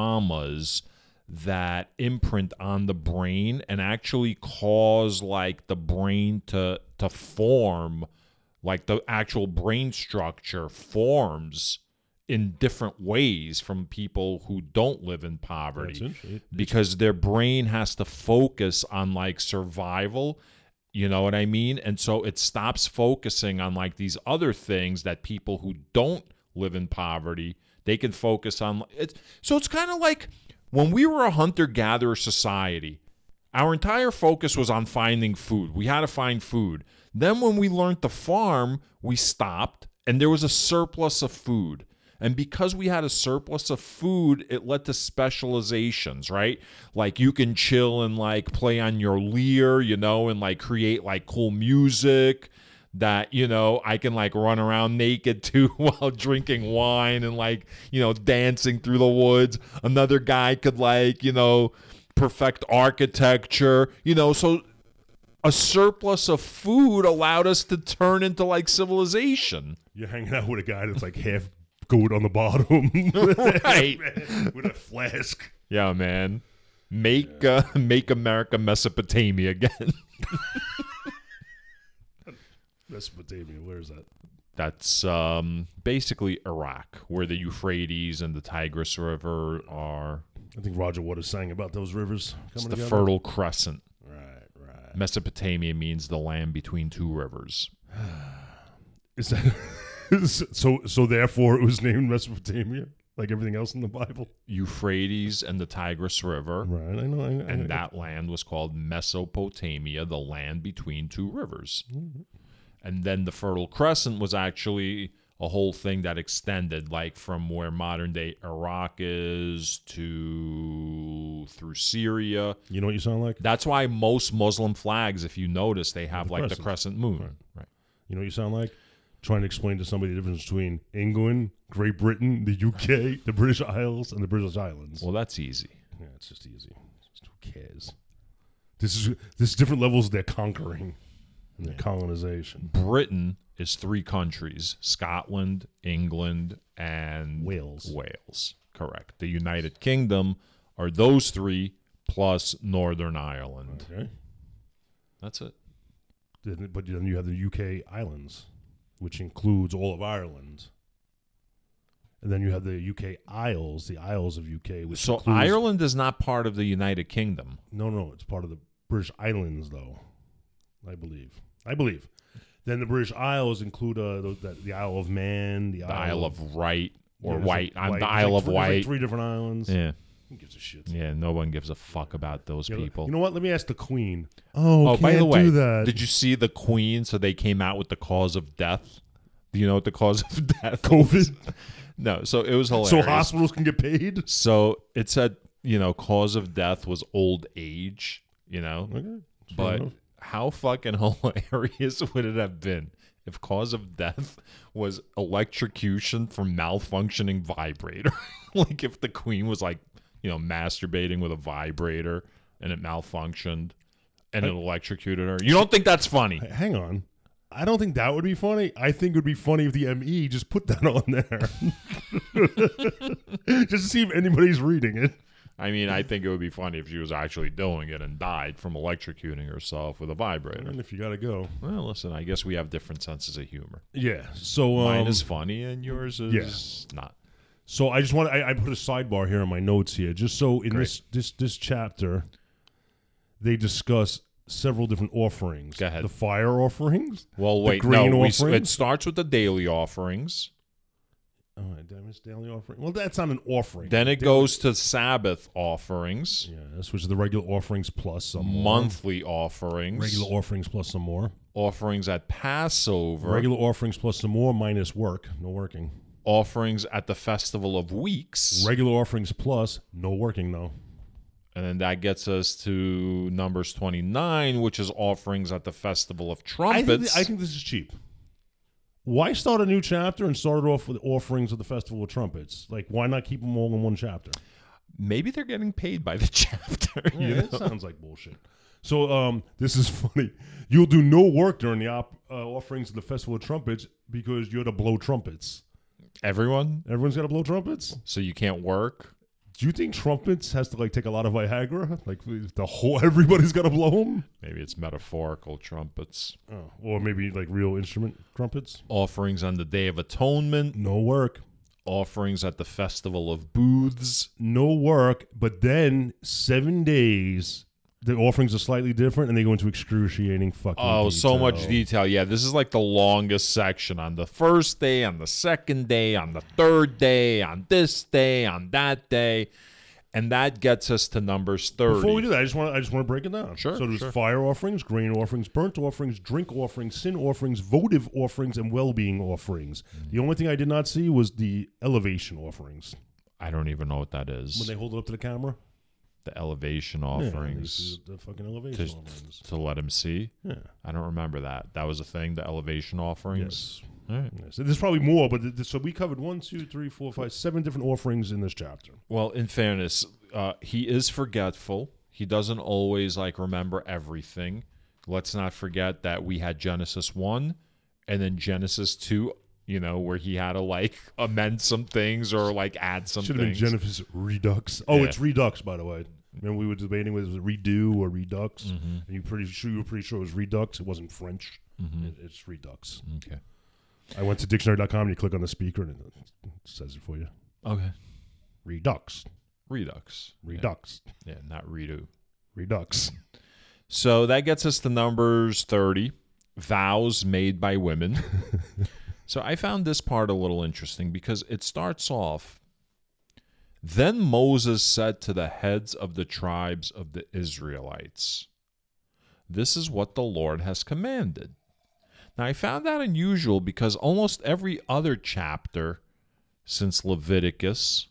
Speaker 2: traumas that imprint on the brain and actually cause like the brain to to form like the actual brain structure forms in different ways from people who don't live in poverty
Speaker 1: That's interesting.
Speaker 2: because their brain has to focus on like survival you know what i mean and so it stops focusing on like these other things that people who don't live in poverty they can focus on it's so it's kind of like when we were a hunter gatherer society our entire focus was on finding food. We had to find food. Then, when we learned to farm, we stopped and there was a surplus of food. And because we had a surplus of food, it led to specializations, right? Like you can chill and like play on your lyre, you know, and like create like cool music that you know I can like run around naked too while drinking wine and like you know dancing through the woods. Another guy could like you know perfect architecture, you know. So a surplus of food allowed us to turn into like civilization,
Speaker 1: You're hanging out with a guy that's like half good on the bottom
Speaker 2: right?
Speaker 1: with a flask.
Speaker 2: yeah, man. Make uh, make America Mesopotamia again.
Speaker 1: Mesopotamia. Where is that?
Speaker 2: That's um, basically Iraq, where the Euphrates and the Tigris River are.
Speaker 1: I think Roger Waters sang about those rivers
Speaker 2: It's
Speaker 1: coming
Speaker 2: the
Speaker 1: together.
Speaker 2: Fertile Crescent.
Speaker 1: right, right.
Speaker 2: Mesopotamia means the land between two rivers.
Speaker 1: Is that so? So therefore, it was named Mesopotamia, like everything else in the Bible.
Speaker 2: Euphrates and the Tigris River.
Speaker 1: Right. I know. I know
Speaker 2: and that land was called Mesopotamia, the land between two rivers. And then the Fertile Crescent was actually a whole thing that extended, like from where modern day Iraq is to through Syria.
Speaker 1: You know what you sound like?
Speaker 2: That's why most Muslim flags, if you notice, they have like the
Speaker 1: crescent.
Speaker 2: crescent moon. right.
Speaker 1: You know what you sound like? Trying to explain to somebody the difference between England, Great Britain, the UK, the British Isles, and the British Islands.
Speaker 2: Well, that's easy.
Speaker 1: yeah, it's just easy. It's Just who cares? This is this is different levels they're conquering and their colonization.
Speaker 2: Britain is three countries: Scotland, England, and
Speaker 1: Wales.
Speaker 2: Wales. Correct. The United Kingdom are those three plus Northern Ireland.
Speaker 1: Okay.
Speaker 2: That's it.
Speaker 1: Then- But then you have the UK islands, which includes all of Ireland. And then you have the UK Isles, the Isles of UK, which
Speaker 2: So
Speaker 1: includes-
Speaker 2: Ireland is not part of the United Kingdom.
Speaker 1: No, no, it's part of the British Islands, though. I believe. I believe. Then the British Isles include uh, the, the, the Isle of Man, the,
Speaker 2: The Isle of Wight
Speaker 1: Yeah,
Speaker 2: or
Speaker 1: there's,
Speaker 2: White.
Speaker 1: like,
Speaker 2: I'm the
Speaker 1: Wight-
Speaker 2: Isle
Speaker 1: like
Speaker 2: of
Speaker 1: three- there's, like,
Speaker 2: Wight.
Speaker 1: three different islands.
Speaker 2: Yeah,
Speaker 1: Who gives a shit?
Speaker 2: yeah. No one gives a fuck about those
Speaker 1: You know-
Speaker 2: people.
Speaker 1: You know what? Let me ask the Queen. Oh,
Speaker 2: Oh,
Speaker 1: can't
Speaker 2: by the way,
Speaker 1: do that.
Speaker 2: did you see the Queen? So they came out with the cause of death. Do you know what the cause of death?
Speaker 1: COVID?
Speaker 2: No. So it was hilarious.
Speaker 1: so hospitals can get paid?
Speaker 2: So it said, you know, cause of death was old age. You know, but
Speaker 1: enough.
Speaker 2: how fucking hilarious would it have been if cause of death was electrocution from malfunctioning vibrator? like if the Queen was like, you know, masturbating with a vibrator and it malfunctioned. And it electrocuted her. You don't think that's funny?
Speaker 1: Hang on. I don't think that would be funny. I think it would be funny if the ME just put that on there. just to see if anybody's reading it.
Speaker 2: I mean, I think it would be funny if she was actually doing it and died from electrocuting herself with a vibrator.
Speaker 1: And if you got to go.
Speaker 2: Well, listen, I guess we have different senses of humor.
Speaker 1: Yeah. So um,
Speaker 2: Mine is funny and yours is not.
Speaker 1: So I just want I, I put a sidebar here on my notes here, just so in this this this chapter, they discuss several different offerings.
Speaker 2: Go ahead.
Speaker 1: The fire offerings.
Speaker 2: Well,
Speaker 1: The
Speaker 2: wait,
Speaker 1: green
Speaker 2: no. We, s- it
Speaker 1: offerings?
Speaker 2: starts with the daily offerings.
Speaker 1: All right, did I miss daily offering? Well, that's not an offering.
Speaker 2: Then it goes to Sabbath offerings,
Speaker 1: yes, which is the regular offerings plus some more.
Speaker 2: monthly offerings,
Speaker 1: Regular offerings plus some more.
Speaker 2: offerings at Passover,
Speaker 1: Regular offerings plus some more minus work, no working.
Speaker 2: offerings at the Festival of Weeks.
Speaker 1: Regular offerings plus no working though.
Speaker 2: and then that gets us to Numbers 29, which is offerings at the Festival of
Speaker 1: I
Speaker 2: Trumpets.
Speaker 1: think, I think this is cheap. Why start a new chapter and start it off with offerings of the Festival of Trumpets? Like, why not keep them all in one chapter?
Speaker 2: maybe they're getting paid by the chapter.
Speaker 1: Yeah,
Speaker 2: you know?
Speaker 1: that sounds like bullshit. So, um, this is funny. You'll do no work during the op- uh, offerings of the Festival of Trumpets because you're to blow trumpets.
Speaker 2: Everyone,
Speaker 1: Everyone's got to blow trumpets.
Speaker 2: so you can't work.
Speaker 1: Do you think trumpets has to like take a lot of Viagra? Like the whole everybody's got to blow them,
Speaker 2: Maybe it's metaphorical trumpets.
Speaker 1: oh, or maybe like real instrument trumpets.
Speaker 2: Offerings on the Day of Atonement,
Speaker 1: No work.
Speaker 2: offerings at the Festival of Booths.
Speaker 1: no work, but then seven days. The offerings are slightly different, and they go into excruciating fucking.
Speaker 2: Oh, so much
Speaker 1: detail.
Speaker 2: detail. Yeah, this is like the longest section on the first day, on the second day, on the third day, on this day, on that day. And that gets us to Numbers 30.
Speaker 1: Before we do that, I just want to I just want to break it down.
Speaker 2: Sure,
Speaker 1: So there's
Speaker 2: sure.
Speaker 1: fire offerings, grain offerings, burnt offerings, drink offerings, sin offerings, votive offerings, and well-being offerings. The only thing I did not see was the elevation offerings
Speaker 2: I don't even know what that is.
Speaker 1: when they hold it up to the camera.
Speaker 2: the elevation
Speaker 1: Yeah,
Speaker 2: offerings.
Speaker 1: these are the fucking
Speaker 2: to,
Speaker 1: elevation offerings.
Speaker 2: to let him see.
Speaker 1: Yeah.
Speaker 2: I don't remember that. That was a thing, the elevation offerings.
Speaker 1: Yes.
Speaker 2: All right.
Speaker 1: Yes. And There's probably more, but th- th- so we covered one, two, three, four, five, seven different offerings in this chapter.
Speaker 2: Well, in fairness, uh, he is forgetful. He doesn't always like remember everything. Let's not forget that we had Genesis 1 and then Genesis 2, you know, where he had to like amend some things or like add some
Speaker 1: Should have been
Speaker 2: things.
Speaker 1: Jennifer's Redux. Oh,
Speaker 2: Yeah.
Speaker 1: it's Redux, by the way. Remember we were debating whether it was redo or Redux,
Speaker 2: Mm-hmm.
Speaker 1: and you pretty sure you were pretty sure it was Redux. It wasn't French.
Speaker 2: Mm-hmm.
Speaker 1: It- it's Redux.
Speaker 2: okay.
Speaker 1: I went to dictionary.com and you click on the speaker and it says it for you.
Speaker 2: Okay.
Speaker 1: Redux,
Speaker 2: Redux.
Speaker 1: Redux,
Speaker 2: Yeah, not redo.
Speaker 1: Redux.
Speaker 2: So that gets us to numbers 30 vows made by women. so I found this part a little interesting because it starts off Then Moses said to the heads of the tribes of the Israelites, This is what the Lord has commanded. Now I found that unusual because almost every other chapter since Leviticus,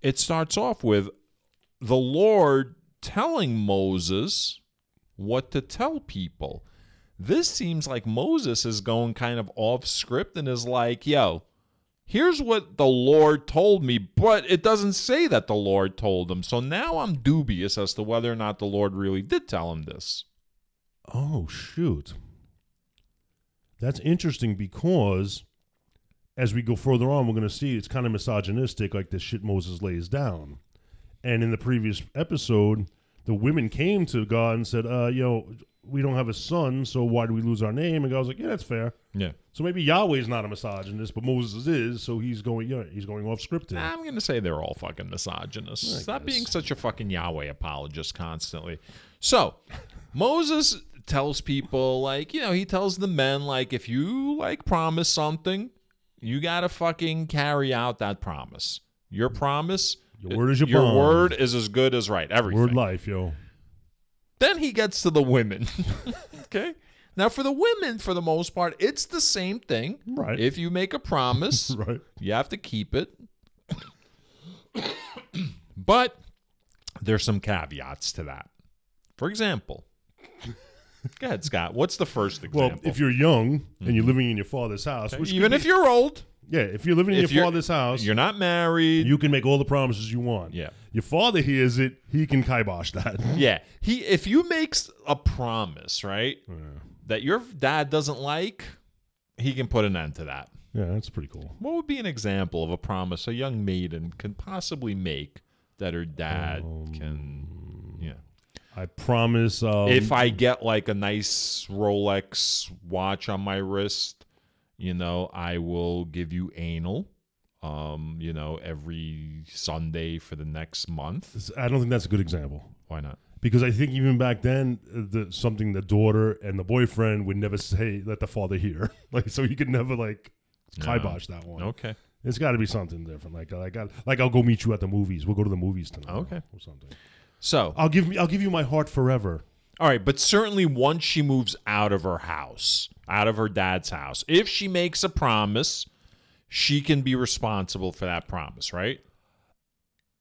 Speaker 2: it starts off with the Lord telling Moses what to tell people. This seems like Moses is going kind of off script and is like, yo, here's what the Lord told me, but it doesn't say that the Lord told him. So now I'm dubious as to whether or not the Lord really did tell him this.
Speaker 1: Oh shoot! Oh, That's interesting because as we go further on, we're going to see it's kind of misogynistic, like the shit Moses lays down. And in the previous episode, the women came to God and said, uh, you know, we don't have a son, so why do we lose our name? And God was like, yeah, that's fair.
Speaker 2: Yeah.
Speaker 1: So maybe Yahweh's not a misogynist, but Moses is, so he's going, yeah, he's going off script here.
Speaker 2: I'm going to say they're all fucking misogynists.
Speaker 1: I
Speaker 2: Stop
Speaker 1: guess.
Speaker 2: being such a fucking Yahweh apologist constantly. So, Moses tells people, like, you know, he tells the men, like, if you, like, promise something, you got to fucking carry out that promise. Your promise,
Speaker 1: Your word is your bond.
Speaker 2: word is as good as right. Everything.
Speaker 1: Word life, yo.
Speaker 2: Then he gets to the women. okay. Now, for the women, for the most part, it's the same thing.
Speaker 1: Right.
Speaker 2: If you make a promise,
Speaker 1: Right.
Speaker 2: you have to keep it. but there's some caveats to that. For example, go ahead, Scott. What's the first
Speaker 1: Well,
Speaker 2: example? Mm-hmm.
Speaker 1: if you're young and you're living in your father's house, which
Speaker 2: even
Speaker 1: could
Speaker 2: if you're old,
Speaker 1: be- yeah, if you're living in
Speaker 2: if
Speaker 1: your
Speaker 2: you're-
Speaker 1: father's house,
Speaker 2: you're not married.
Speaker 1: you can make all the promises you want.
Speaker 2: Yeah.
Speaker 1: Your father hears it, he can kibosh that.
Speaker 2: yeah, he if you make s- a promise, right, that your dad doesn't like, he can put an end to that.
Speaker 1: yeah, that's pretty cool.
Speaker 2: What would be an example of a promise a young maiden can possibly make that her dad
Speaker 1: Um,
Speaker 2: can? Yeah.
Speaker 1: I promise. Um,
Speaker 2: if I get like a nice Rolex watch on my wrist, you know, I will give you anal, um, you know, every Sunday for the next month.
Speaker 1: I don't think that's a good example
Speaker 2: Why not?
Speaker 1: because I think even back then, uh, the, something the daughter and the boyfriend would never say let the father hear. like so, he could never like kibosh that one.
Speaker 2: Okay.
Speaker 1: It's got to be something different. Like like I, like I'll go meet you at the movies. We'll go to the movies tonight.
Speaker 2: Okay.
Speaker 1: or something.
Speaker 2: So,
Speaker 1: I'll give me. I'll give you my heart forever.
Speaker 2: all right, but certainly once she moves out of her house, out of her dad's house, if she makes a promise, she can be responsible for that promise, right?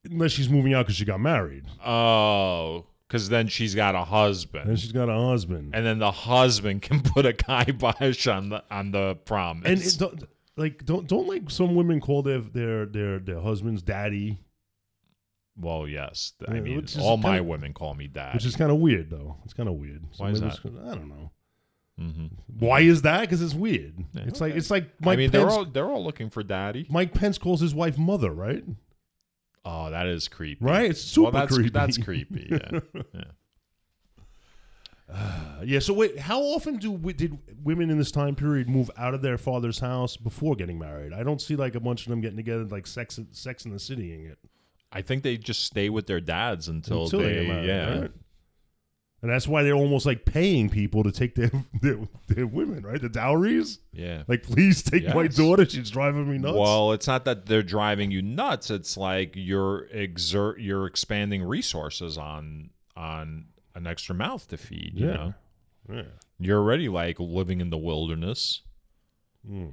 Speaker 1: Unless she's moving out because she got married,
Speaker 2: Oh, because then she's got a husband.
Speaker 1: and she's got a husband.
Speaker 2: and then the husband can put a kibosh on the on the promise.
Speaker 1: and it don't, like don't don't like some women call their their their their husbands daddy,
Speaker 2: well, yes, I
Speaker 1: Yeah,
Speaker 2: mean,
Speaker 1: which is
Speaker 2: all my
Speaker 1: kinda-
Speaker 2: women call me dad.
Speaker 1: which is kind of weird though. It's kind of weird. So
Speaker 2: Why is
Speaker 1: maybe
Speaker 2: that?
Speaker 1: it's- I don't know.
Speaker 2: hmm
Speaker 1: Why is that? Because it's weird. it's like
Speaker 2: okay.
Speaker 1: it's like
Speaker 2: I
Speaker 1: Mike
Speaker 2: mean, they're
Speaker 1: Pence.
Speaker 2: all they're all looking for daddy.
Speaker 1: Mike Pence calls his wife mother, right?
Speaker 2: Oh, that is creepy.
Speaker 1: Right? It's super
Speaker 2: Well, that's
Speaker 1: creepy.
Speaker 2: that's creepy. Yeah. yeah.
Speaker 1: Uh, yeah. So wait, how often do we, did women in this time period move out of their father's house before getting married? I don't see like a bunch of them getting together like sex sex in the city in it
Speaker 2: I think they just stay with their dads until,
Speaker 1: until
Speaker 2: they,
Speaker 1: they get married,
Speaker 2: yeah.
Speaker 1: right? And that's why they're almost like paying people to take their their, their women, right? The dowries.
Speaker 2: Yeah.
Speaker 1: Like, please take my
Speaker 2: Yes.
Speaker 1: daughter. She's driving me nuts.
Speaker 2: Well, it's not that they're driving you nuts. It's like you're exert you're expanding resources on on an extra mouth to feed. You
Speaker 1: Yeah.
Speaker 2: know?
Speaker 1: yeah.
Speaker 2: you're already like living in the wilderness.
Speaker 1: Mm.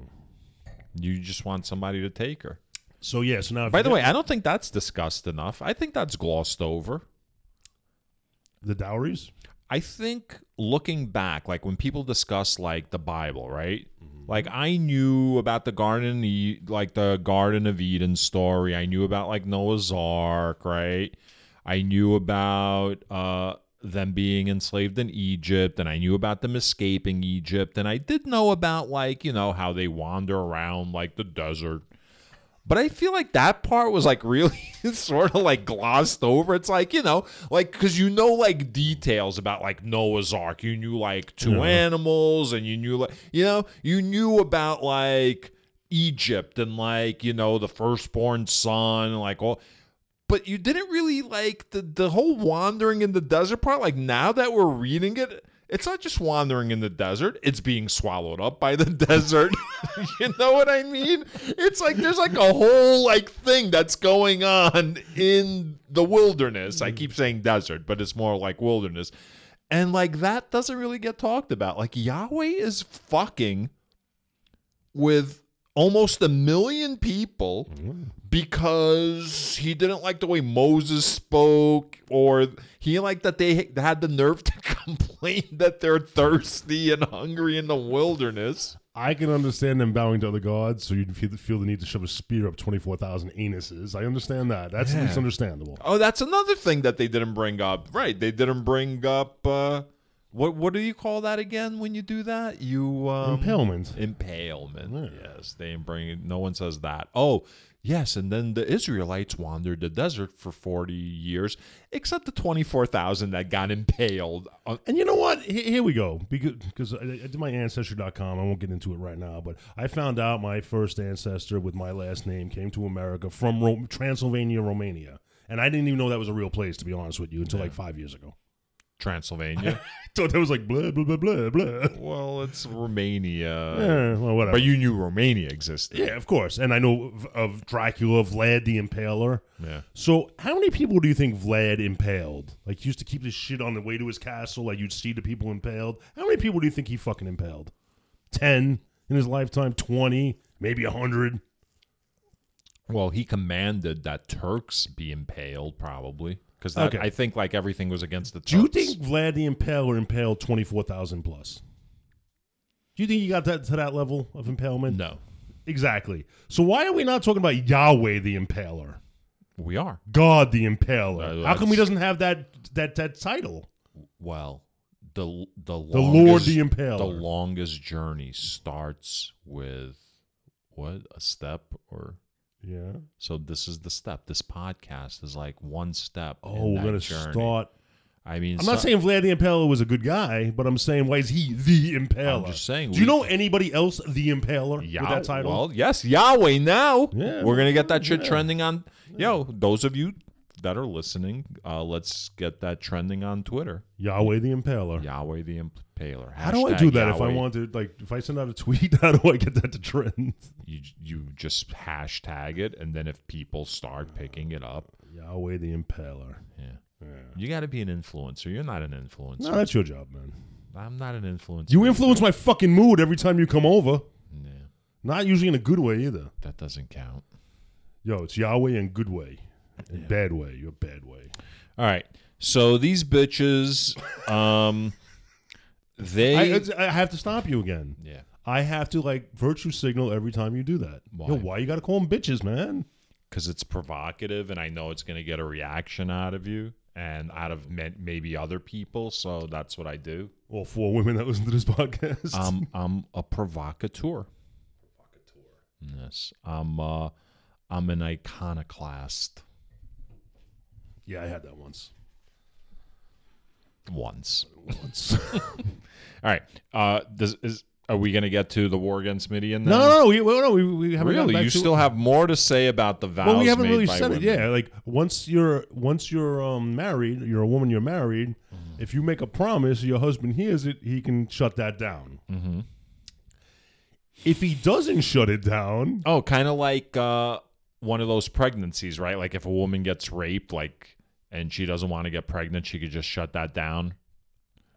Speaker 2: You just want somebody to take her.
Speaker 1: So yeah. So now, if
Speaker 2: By
Speaker 1: you
Speaker 2: the
Speaker 1: get
Speaker 2: way, I don't think that's discussed enough. I think that's glossed over.
Speaker 1: the dowries.
Speaker 2: I think looking back, like when people discuss like the Bible, right? Like I knew about the Garden, of E- like the Garden of Eden story. I knew about like Noah's Ark, right? I knew about uh, them being enslaved in Egypt, and I knew about them escaping Egypt, and I did know about like you know how they wander around like the desert. But I feel like that part was like really sort of like glossed over. It's like, you know, like, because you know, like details about like Noah's Ark. You knew like two animals and you knew like, you know, you knew about like Egypt and like, you know, the firstborn son, and, like all. But you didn't really like the, the whole wandering in the desert part. Like now that we're reading it, it's not just wandering in the desert, it's being swallowed up by the desert. you know what I mean? It's like there's like a whole like thing that's going on in the wilderness. I keep saying desert, but it's more like wilderness. And like that doesn't really get talked about. Like Yahweh is fucking with almost a million people because he didn't like the way Moses spoke, or he liked that they had the nerve to complain that they're thirsty and hungry in the wilderness.
Speaker 1: I can understand them bowing to other gods, so you'd feel, feel the need to shove a spear up twenty four thousand anuses. I understand that. That's at least understandable.
Speaker 2: Oh, that's another thing that they didn't bring up. Right, they didn't bring up uh, What what do you call that again when you do that? You um,
Speaker 1: Impalement.
Speaker 2: Impalement.
Speaker 1: Yeah.
Speaker 2: Yes, they bring it. No one says that. Oh, yes. And then the Israelites wandered the desert for forty years, except the twenty four thousand that got impaled. uh, on-
Speaker 1: And you know what? Here, here we go. Because I, I did my ancestry.com. I won't get into it right now, but I found out my first ancestor with my last name came to America from Ro- Transylvania, Romania. And I didn't even know that was a real place, to be honest with you, until like five years ago.
Speaker 2: Transylvania.
Speaker 1: I thought that was like blah, blah, blah, blah, blah.
Speaker 2: well, it's Romania.
Speaker 1: Eh, well, whatever.
Speaker 2: But you knew Romania existed.
Speaker 1: yeah, of course. And I know of, of Dracula, Vlad the Impaler.
Speaker 2: Yeah.
Speaker 1: So, how many people do you think Vlad impaled? Like, he used to keep this shit on the way to his castle. Like, you'd see the people impaled. How many people do you think he fucking impaled? 10 in his lifetime, 20, maybe 100.
Speaker 2: Well, he commanded that Turks be impaled, probably. Because okay.
Speaker 1: Okay.
Speaker 2: I think like everything was against the Turks.
Speaker 1: Do you think Vlad the Impaler impaled 24,000 plus? Do you think he got that, to that level of impalement?
Speaker 2: No.
Speaker 1: Exactly. So, why are we not talking about Yahweh the Impaler?
Speaker 2: We are.
Speaker 1: God the Impaler.
Speaker 2: Uh,
Speaker 1: How come he
Speaker 2: that's-
Speaker 1: doesn't have that that that title?
Speaker 2: Well, the the
Speaker 1: The
Speaker 2: longest,
Speaker 1: Lord the Impaler.
Speaker 2: the longest journey starts with what a step or
Speaker 1: yeah.
Speaker 2: so. This is the step. This podcast is like one step.
Speaker 1: Oh,
Speaker 2: in
Speaker 1: we're
Speaker 2: that
Speaker 1: gonna
Speaker 2: journey.
Speaker 1: start.
Speaker 2: I mean,
Speaker 1: I'm not
Speaker 2: so-
Speaker 1: saying Vlad the Impaler was a good guy, but I'm saying why is he the Impaler?
Speaker 2: I'm just saying
Speaker 1: Do you
Speaker 2: we-
Speaker 1: know anybody else the Impaler
Speaker 2: Yah-
Speaker 1: with that title?
Speaker 2: Well, yes, Yahweh. Now
Speaker 1: Yeah,
Speaker 2: we're gonna get that shit
Speaker 1: yeah.
Speaker 2: trending on. Yo, those of you that are listening, uh, let's get that trending on Twitter.
Speaker 1: Yahweh the Impaler.
Speaker 2: Yahweh the Impaler.
Speaker 1: How do I
Speaker 2: Hashtag
Speaker 1: do that if I
Speaker 2: Yahweh.
Speaker 1: wanted, like, if I send out a tweet? How do I get that to trend?
Speaker 2: You you just hashtag it, and then if people start picking it up,
Speaker 1: Yahweh the Impaler.
Speaker 2: yeah.
Speaker 1: Yeah.
Speaker 2: You got to be an influencer. You're not an influencer.
Speaker 1: No, that's your job, man.
Speaker 2: I'm not an influencer.
Speaker 1: You influence my fucking mood every time you come over.
Speaker 2: Nah,
Speaker 1: Not usually in a good way either.
Speaker 2: that doesn't count.
Speaker 1: Yo, it's Yahweh and good way. And bad way. You're bad way.
Speaker 2: All right. So these bitches, um, they
Speaker 1: I, I have to stop you again.
Speaker 2: yeah.
Speaker 1: I have to like virtue signal every time you do that. Why? Yo,
Speaker 2: Why?
Speaker 1: why you gotta call them bitches, man?
Speaker 2: because it's provocative and I know it's going to get a reaction out of you and out of men- maybe other people. So that's what I do.
Speaker 1: All four women that listen to this podcast.
Speaker 2: I'm I'm a provocateur. Yes, I'm uh, I'm an iconoclast.
Speaker 1: yeah, I had that once.
Speaker 2: Once,
Speaker 1: Once.
Speaker 2: all right. Uh, does is are we going to get to the war against Midian?
Speaker 1: no,
Speaker 2: Then?
Speaker 1: no, no, we, well, no, we, we haven't gotten
Speaker 2: really,
Speaker 1: back
Speaker 2: you
Speaker 1: to-
Speaker 2: still have more to say about the vows.
Speaker 1: Well, we haven't
Speaker 2: made
Speaker 1: really
Speaker 2: by
Speaker 1: said it.
Speaker 2: women.
Speaker 1: Yeah, like once you're once you're um, married, you're a woman, you're married.
Speaker 2: Mm-hmm.
Speaker 1: If you make a promise, your husband hears it, he can shut that down.
Speaker 2: Mm-hmm.
Speaker 1: If he doesn't shut it down,
Speaker 2: Oh, kind of like uh, one of those pregnancies, right? Like if a woman gets raped, like and she doesn't want to get pregnant, she could just shut that down.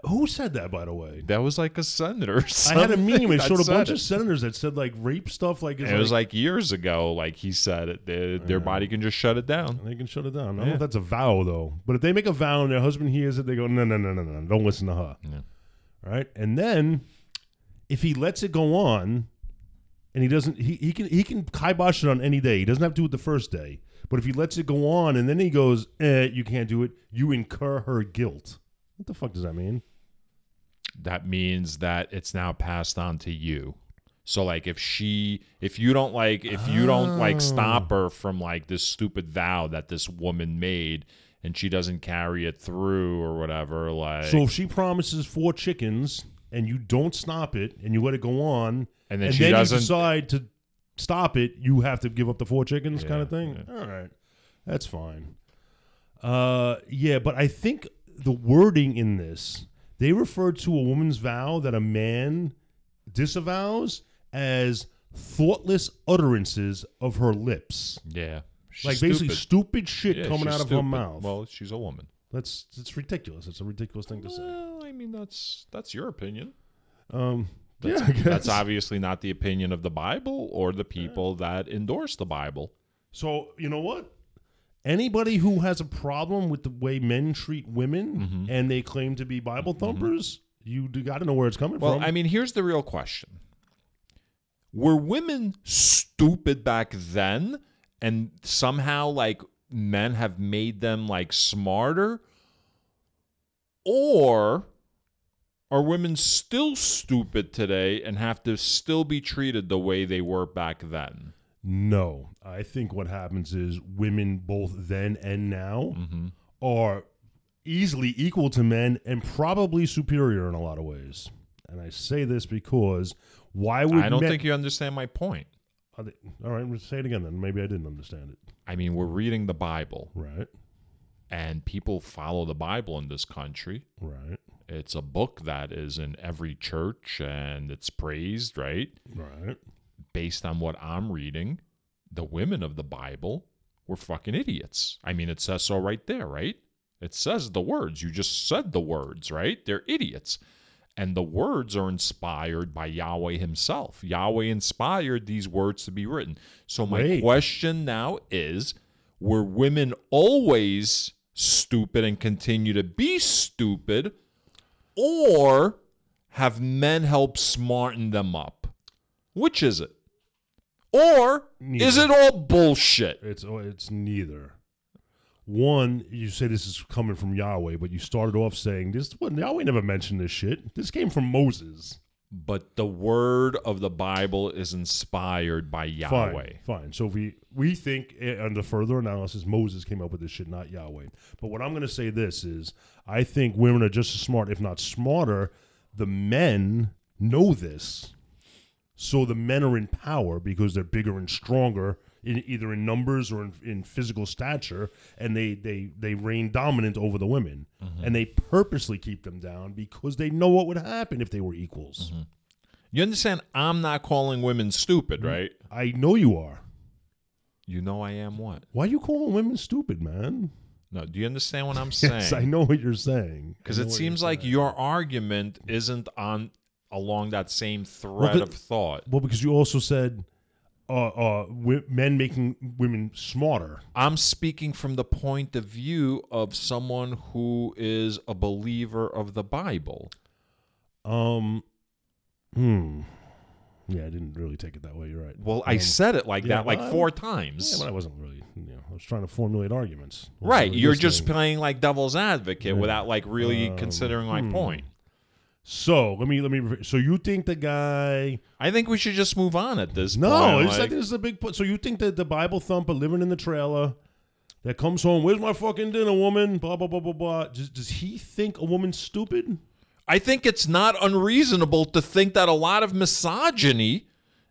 Speaker 1: who said that? By the way,
Speaker 2: That was like a senator. Or
Speaker 1: I had a
Speaker 2: something
Speaker 1: meme. It
Speaker 2: that
Speaker 1: showed a
Speaker 2: said
Speaker 1: bunch
Speaker 2: it.
Speaker 1: of senators that said like rape stuff. Like, is
Speaker 2: And it was like years ago. Like he said, it, their, their body can just shut it down.
Speaker 1: they can shut it down. I don't know if that's a vow though, but if they make a vow and their husband hears it, they go, no, no, no, no, no, don't listen to her.
Speaker 2: Yeah.
Speaker 1: Right, and then if he lets it go on, and he doesn't, he, he can he can kibosh it on any day. He doesn't have to do it the first day, but if he lets it go on and then he goes, eh, you can't do it. You incur her guilt. What the fuck does that mean?
Speaker 2: That means that it's now passed on to you. So like if she if you don't like if you don't like stop
Speaker 1: Oh.
Speaker 2: her from like this stupid vow that this woman made and she doesn't carry it through or whatever like
Speaker 1: So if she promises four chickens and you don't stop it and you let it go on, and
Speaker 2: And then
Speaker 1: then,
Speaker 2: she doesn't-
Speaker 1: you decide to stop it, you have to give up the four chickens, kind
Speaker 2: Yeah,
Speaker 1: of thing. All right, that's fine. Uh, yeah, but I think the wording in this they refer to a woman's vow that a man disavows as thoughtless utterances of her lips,
Speaker 2: yeah she's
Speaker 1: like basically
Speaker 2: stupid.
Speaker 1: stupid shit
Speaker 2: Yeah,
Speaker 1: coming
Speaker 2: she's
Speaker 1: out of her
Speaker 2: stupid.
Speaker 1: mouth.
Speaker 2: Well, she's a woman.
Speaker 1: that's it's ridiculous. It's a ridiculous thing to say.
Speaker 2: Well, I mean that's that's your opinion.
Speaker 1: Um,
Speaker 2: That's,
Speaker 1: yeah, I guess.
Speaker 2: that's obviously not the opinion of the Bible or the people that endorse the Bible.
Speaker 1: So you know what? Anybody who has a problem with the way men treat women
Speaker 2: Mm-hmm.
Speaker 1: and they claim to be Bible thumpers, you do got to know where it's coming
Speaker 2: Well,
Speaker 1: from.
Speaker 2: I mean, here's the real question. Were women stupid back then and somehow like men have made them like smarter or are women still stupid today and have to still be treated the way they were back then?
Speaker 1: No, I think what happens is women, both then and now,
Speaker 2: Mm.
Speaker 1: are easily equal to men and probably superior in a lot of ways. And I say this because why would
Speaker 2: I don't
Speaker 1: men-
Speaker 2: think you understand my point.
Speaker 1: Are they- all right, I'm gonna say it again. Then maybe I didn't understand it.
Speaker 2: I mean, we're reading the Bible
Speaker 1: Right,
Speaker 2: and people follow the Bible in this country.
Speaker 1: right,
Speaker 2: It's a book that is in every church and it's praised, right?
Speaker 1: right.
Speaker 2: Based on what I'm reading, the women of the Bible were fucking idiots. I mean, it says so right there, right? It says the words. You just said the words, right? They're idiots. And the words are inspired by Yahweh himself. Yahweh inspired these words to be written. So, my
Speaker 1: Wait.
Speaker 2: question now is were women always stupid and continue to be stupid? Or have men help smarten them up? Which is it? Or is it all bullshit?
Speaker 1: It's oh, it's neither. One, you say this is coming from Yahweh, but you started off saying this. What Yahweh never mentioned this shit. This came from Moses.
Speaker 2: But the word of the Bible is inspired by
Speaker 1: Fine,
Speaker 2: Yahweh.
Speaker 1: fine. So we we think eh, under further analysis, Moses came up with this shit, not Yahweh. But what I'm going to say this is, I think women are just as smart, if not smarter. The men know this, so the men are in power because they're bigger and stronger, in, either in numbers or in, in physical stature, and they they they reign dominant over the women, and they purposely keep them down because they know what would happen if they were equals.
Speaker 2: You understand? I'm not calling women
Speaker 1: Mm-hmm.
Speaker 2: stupid, right?
Speaker 1: I know you are.
Speaker 2: You know I am what?
Speaker 1: Why you calling women stupid, man?
Speaker 2: No, do you understand what I'm
Speaker 1: Yes, I
Speaker 2: saying?
Speaker 1: know what you're saying.
Speaker 2: Because
Speaker 1: I know
Speaker 2: it
Speaker 1: what
Speaker 2: seems
Speaker 1: you're
Speaker 2: like
Speaker 1: saying.
Speaker 2: your argument isn't on along that same thread
Speaker 1: the-
Speaker 2: of thought.
Speaker 1: well, because you also said uh, uh, w- men making women smarter.
Speaker 2: I'm speaking from the point of view of someone who is a believer of the Bible.
Speaker 1: Um, hmm. Yeah, I didn't really take it that way. You're right.
Speaker 2: Well, I said it like
Speaker 1: yeah,
Speaker 2: that like
Speaker 1: well,
Speaker 2: four
Speaker 1: Yeah,
Speaker 2: times.
Speaker 1: but I wasn't really. You know, I was trying to formulate arguments. I wasn't
Speaker 2: right.
Speaker 1: really
Speaker 2: You're just
Speaker 1: listening. Um,
Speaker 2: playing like devil's advocate without like really considering my
Speaker 1: hmm.
Speaker 2: point.
Speaker 1: So let me let me. re- So you think the guy?
Speaker 2: I think we should just move on at this point.
Speaker 1: No, it's
Speaker 2: like-
Speaker 1: like this is a big. Po- so you think that the Bible thumper living in the trailer that comes home? Where's my fucking dinner, woman? Blah blah blah blah blah. Does, does he think a woman's stupid?
Speaker 2: I think it's not unreasonable to think that a lot of misogyny,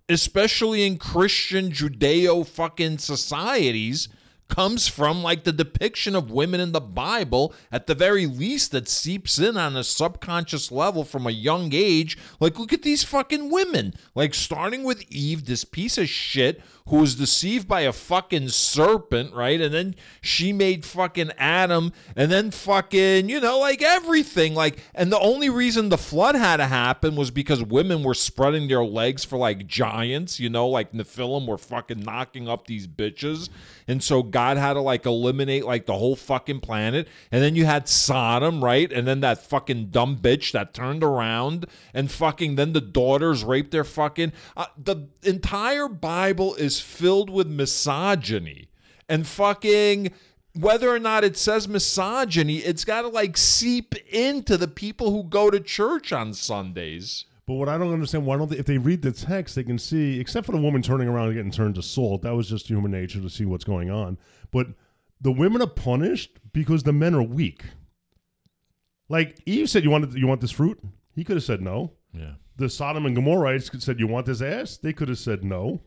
Speaker 2: especially in Christian Judeo fucking societies, comes from like the depiction of women in the Bible. At the very least, that seeps in on a subconscious level from a young age. Like, look at these fucking women. Like, starting with Eve, this piece of shit who was deceived by a fucking serpent, right? And then she made fucking Adam, and then fucking, you know, like everything. Like, and the only reason the flood had to happen was because women were spreading their legs for like giants, you know, like Nephilim were fucking knocking up these bitches. And so God had to like eliminate like the whole fucking planet. And then you had Sodom, right? And then that fucking dumb bitch that turned around and fucking then the daughters raped their fucking. Uh, the entire Bible is filled with misogyny and fucking whether or not it says misogyny, it's got to like seep into the people who go to church on Sundays.
Speaker 1: But what I don't understand, why don't they, if they read the text, they can see, except for the woman turning around and getting turned to salt, that was just human nature to see what's going on. But the women are punished because the men are weak. Like Eve said, you wanted, you want this fruit? He could have said no.
Speaker 2: Yeah.
Speaker 1: The Sodom and Gomorrahites could- said, you want this ass? They could have said no.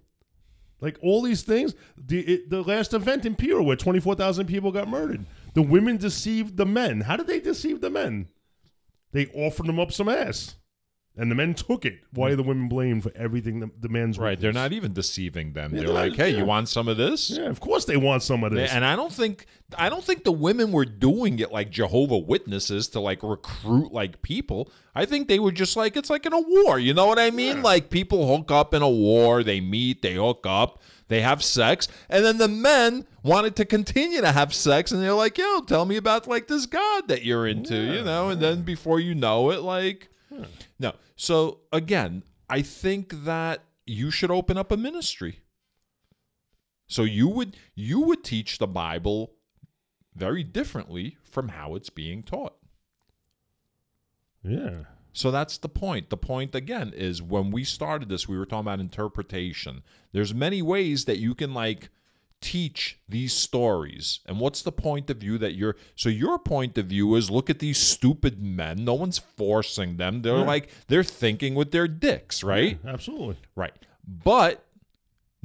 Speaker 1: Like all these things, the it, the last event in Pira where twenty four thousand people got murdered, the women deceived the men. How did they deceive the men? They offered them up some ass, and the men took it. Why are the women blamed for everything the, the men's
Speaker 2: Right. They're
Speaker 1: weakness?
Speaker 2: not even deceiving them. They're
Speaker 1: they're not-
Speaker 2: like, hey,
Speaker 1: yeah.
Speaker 2: you want some of this?
Speaker 1: Yeah, of course they want some of this.
Speaker 2: And I don't think I don't think the women were doing it like Jehovah Witnesses to like recruit like people. I think they were just like it's like in a war. You know what I mean? Like people hook up in a war, they meet, they hook up, they have sex, and then the men wanted to continue to have sex, and they're like, "Yo, tell me about like this god that you're into," you know. And then before you know it, like, no. So again, I think that you should open up a ministry. So you would you would teach the Bible very differently from how it's being taught.
Speaker 1: yeah,
Speaker 2: So that's the point. The point again is when we started this, we were talking about interpretation. There's many ways that you can like teach these stories. And what's the point of view that you're so your point of view is look at these stupid men. No one's forcing them. They're like they're thinking with their dicks, right?
Speaker 1: Absolutely.
Speaker 2: Right. But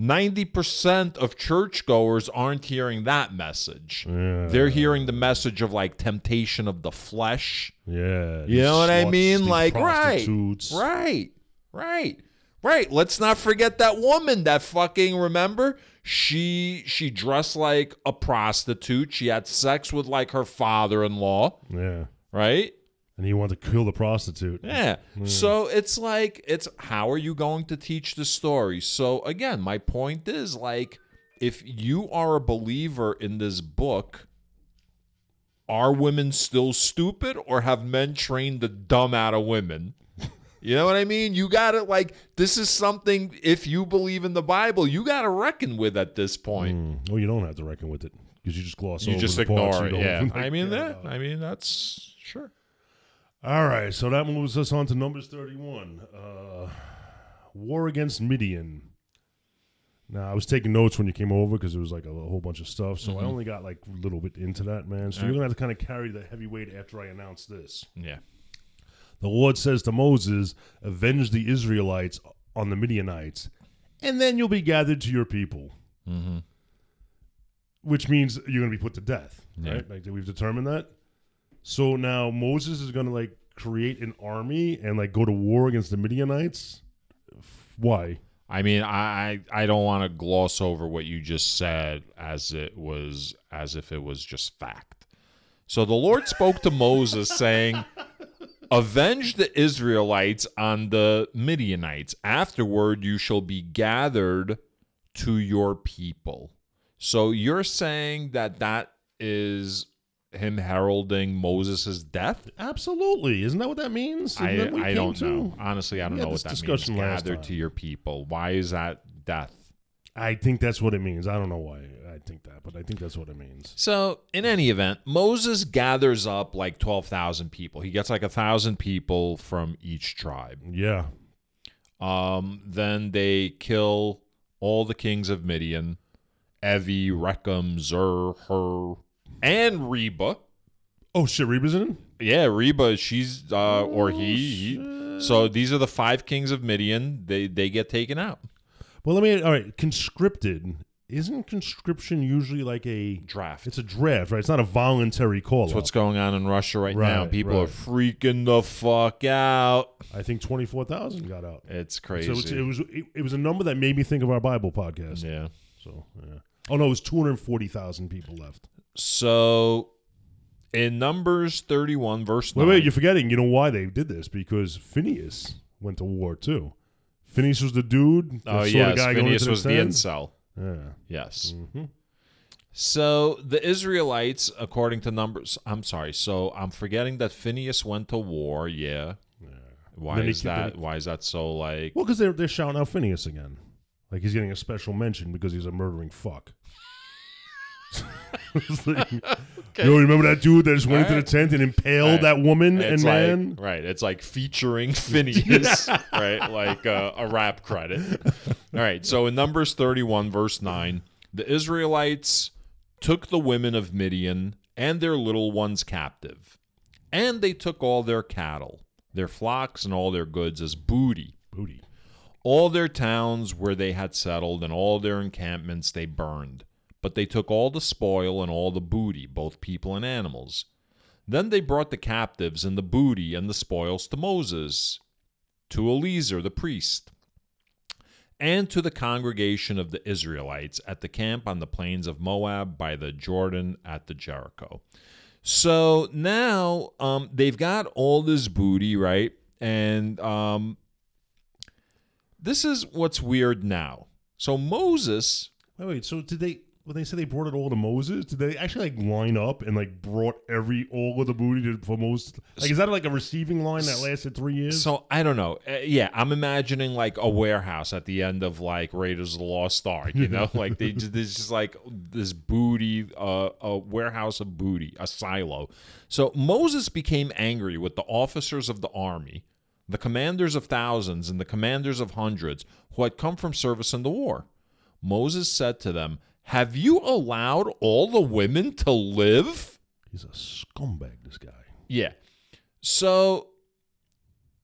Speaker 2: 90% of churchgoers aren't hearing that message. They're hearing the message of like temptation of the flesh.
Speaker 1: Yeah.
Speaker 2: You
Speaker 1: these
Speaker 2: know what I
Speaker 1: sluts,
Speaker 2: mean?
Speaker 1: these
Speaker 2: Like, right,
Speaker 1: prostitutes.
Speaker 2: right, right, right. Let's not forget that woman that fucking remember she she dressed like a prostitute. She had sex with like her father-in-law,
Speaker 1: Yeah.
Speaker 2: right?
Speaker 1: And he wanted to kill the prostitute.
Speaker 2: Yeah. So it's like it's how are you going to teach the story? So again, my point is like if you are a believer in this book, are women still stupid or have men trained the dumb out of women? You know what I mean? You got to like this is something if you believe in the Bible, you got to reckon with at this point.
Speaker 1: Mm. Well, you don't have to reckon with it because you just gloss
Speaker 2: You
Speaker 1: over
Speaker 2: just
Speaker 1: the parts
Speaker 2: ignore it.
Speaker 1: you don't
Speaker 2: Yeah.
Speaker 1: like.
Speaker 2: I mean that. I mean that's sure.
Speaker 1: All right, so that moves us on to numbers 31. Uh, War against Midian. Now, I was taking notes when you came over because it was like a, whole bunch of stuff,
Speaker 2: Mm-hmm.
Speaker 1: so I only got like a little bit into that, man. So you're going to have to kind of carry the heavy weight after I announce this.
Speaker 2: Yeah.
Speaker 1: The Lord says to Moses, Avenge the Israelites on the Midianites, and then you'll be gathered to your people.
Speaker 2: Mhm.
Speaker 1: Which means you're going to be put to death,
Speaker 2: Yeah.
Speaker 1: right? Like we've determined that. So now Moses is going to like create an army and like go to war against the Midianites. F- Why?
Speaker 2: I mean, I I, I don't want to gloss over what you just said as it was as if it was just fact. So the Lord spoke to Moses saying, "Avenge the Israelites on the Midianites. Afterward, you shall be gathered to your people." So you're saying that that is him heralding Moses' death?
Speaker 1: Absolutely, isn't that what that means? Isn't
Speaker 2: I,
Speaker 1: that what we
Speaker 2: I
Speaker 1: came
Speaker 2: don't
Speaker 1: to?
Speaker 2: know. Honestly, I don't
Speaker 1: had
Speaker 2: know
Speaker 1: this
Speaker 2: what that means.
Speaker 1: discussion last
Speaker 2: Gathered
Speaker 1: time.
Speaker 2: to your people. Why is that death?
Speaker 1: I think that's what it means. I don't know why I think that, but I think that's what it means.
Speaker 2: So, in any event, Moses gathers up like 12,000 people. He gets like a 1,000 people from each tribe.
Speaker 1: Yeah,
Speaker 2: Um, then they kill all the kings of Midian Evi, Rechem, Zer, Her, and Reba.
Speaker 1: Oh shit, Reba's in. Oh, it?
Speaker 2: Yeah, Reba, she's, uh, or he, he. So, these are the five kings of Midian. They, they get taken out.
Speaker 1: Well, let me. All right, conscripted. Isn't conscription usually like a?
Speaker 2: Draft.
Speaker 1: It's a draft, right? It's not a voluntary call.
Speaker 2: That's what's going on in Russia right, now.
Speaker 1: Right,
Speaker 2: People are
Speaker 1: right.
Speaker 2: freaking the fuck out.
Speaker 1: I think twenty four thousand got out.
Speaker 2: It's crazy.
Speaker 1: So it's, it was it, it was a number that made me think of our Bible podcast.
Speaker 2: yeah.
Speaker 1: So yeah. Oh no, it was two hundred forty thousand people left.
Speaker 2: So in Numbers 31, verse 9.
Speaker 1: Wait, wait, you're forgetting. You know why they did this? Because Phineas went to war too. Phineas was the dude. that
Speaker 2: oh,
Speaker 1: saw the
Speaker 2: yes.
Speaker 1: guy going
Speaker 2: Phineas
Speaker 1: into
Speaker 2: was the
Speaker 1: tent.
Speaker 2: incel.
Speaker 1: Yeah.
Speaker 2: Yes.
Speaker 1: Mhm.
Speaker 2: So the Israelites, according to Numbers, I'm sorry. So I'm forgetting that Phineas went to war. Yeah. Why
Speaker 1: Then he
Speaker 2: is
Speaker 1: kept-
Speaker 2: that? Why is that so like?
Speaker 1: Well, because they're they're shouting out Phineas again, like he's getting a special mention because he's a murdering fuck. It's like, Yo, remember that dude that just went into
Speaker 2: Alright.
Speaker 1: the tent and impaled
Speaker 2: Alright.
Speaker 1: that woman and
Speaker 2: It's like,
Speaker 1: man?
Speaker 2: right? It's like featuring Phineas, right? Like uh, a rap credit. All right. So in Numbers thirty-one, verse nine, the Israelites took the women of Midian and their little ones captive, and they took all their cattle, their flocks, and all their goods as booty.
Speaker 1: Booty.
Speaker 2: All their towns where they had settled and all their encampments they burned, but they took all the spoil and all the booty, both people and animals. Then they brought the captives and the booty and the spoils to Moses, to Eleazar the priest, and to the congregation of the Israelites at the camp on the plains of Moab by the Jordan at the Jericho. So now um, they've got all this booty, right? And um, this is what's weird now. So Moses,
Speaker 1: Wait, wait. So did they? When they said they brought it all to Moses, did they actually like line up and like brought every all of the booty to for Moses? Like, is that like a receiving line that lasted three years?
Speaker 2: so I don't know. Uh, yeah, I'm imagining like a warehouse at the end of like Raiders of the Lost Ark, you know? like they just there's just like this booty uh, a warehouse of booty, a silo. So Moses became angry with the officers of the army the commanders of thousands and the commanders of hundreds who had come from service in the war. Moses said to them, Have you allowed all the women to live?
Speaker 1: He's a scumbag, this guy.
Speaker 2: Yeah. So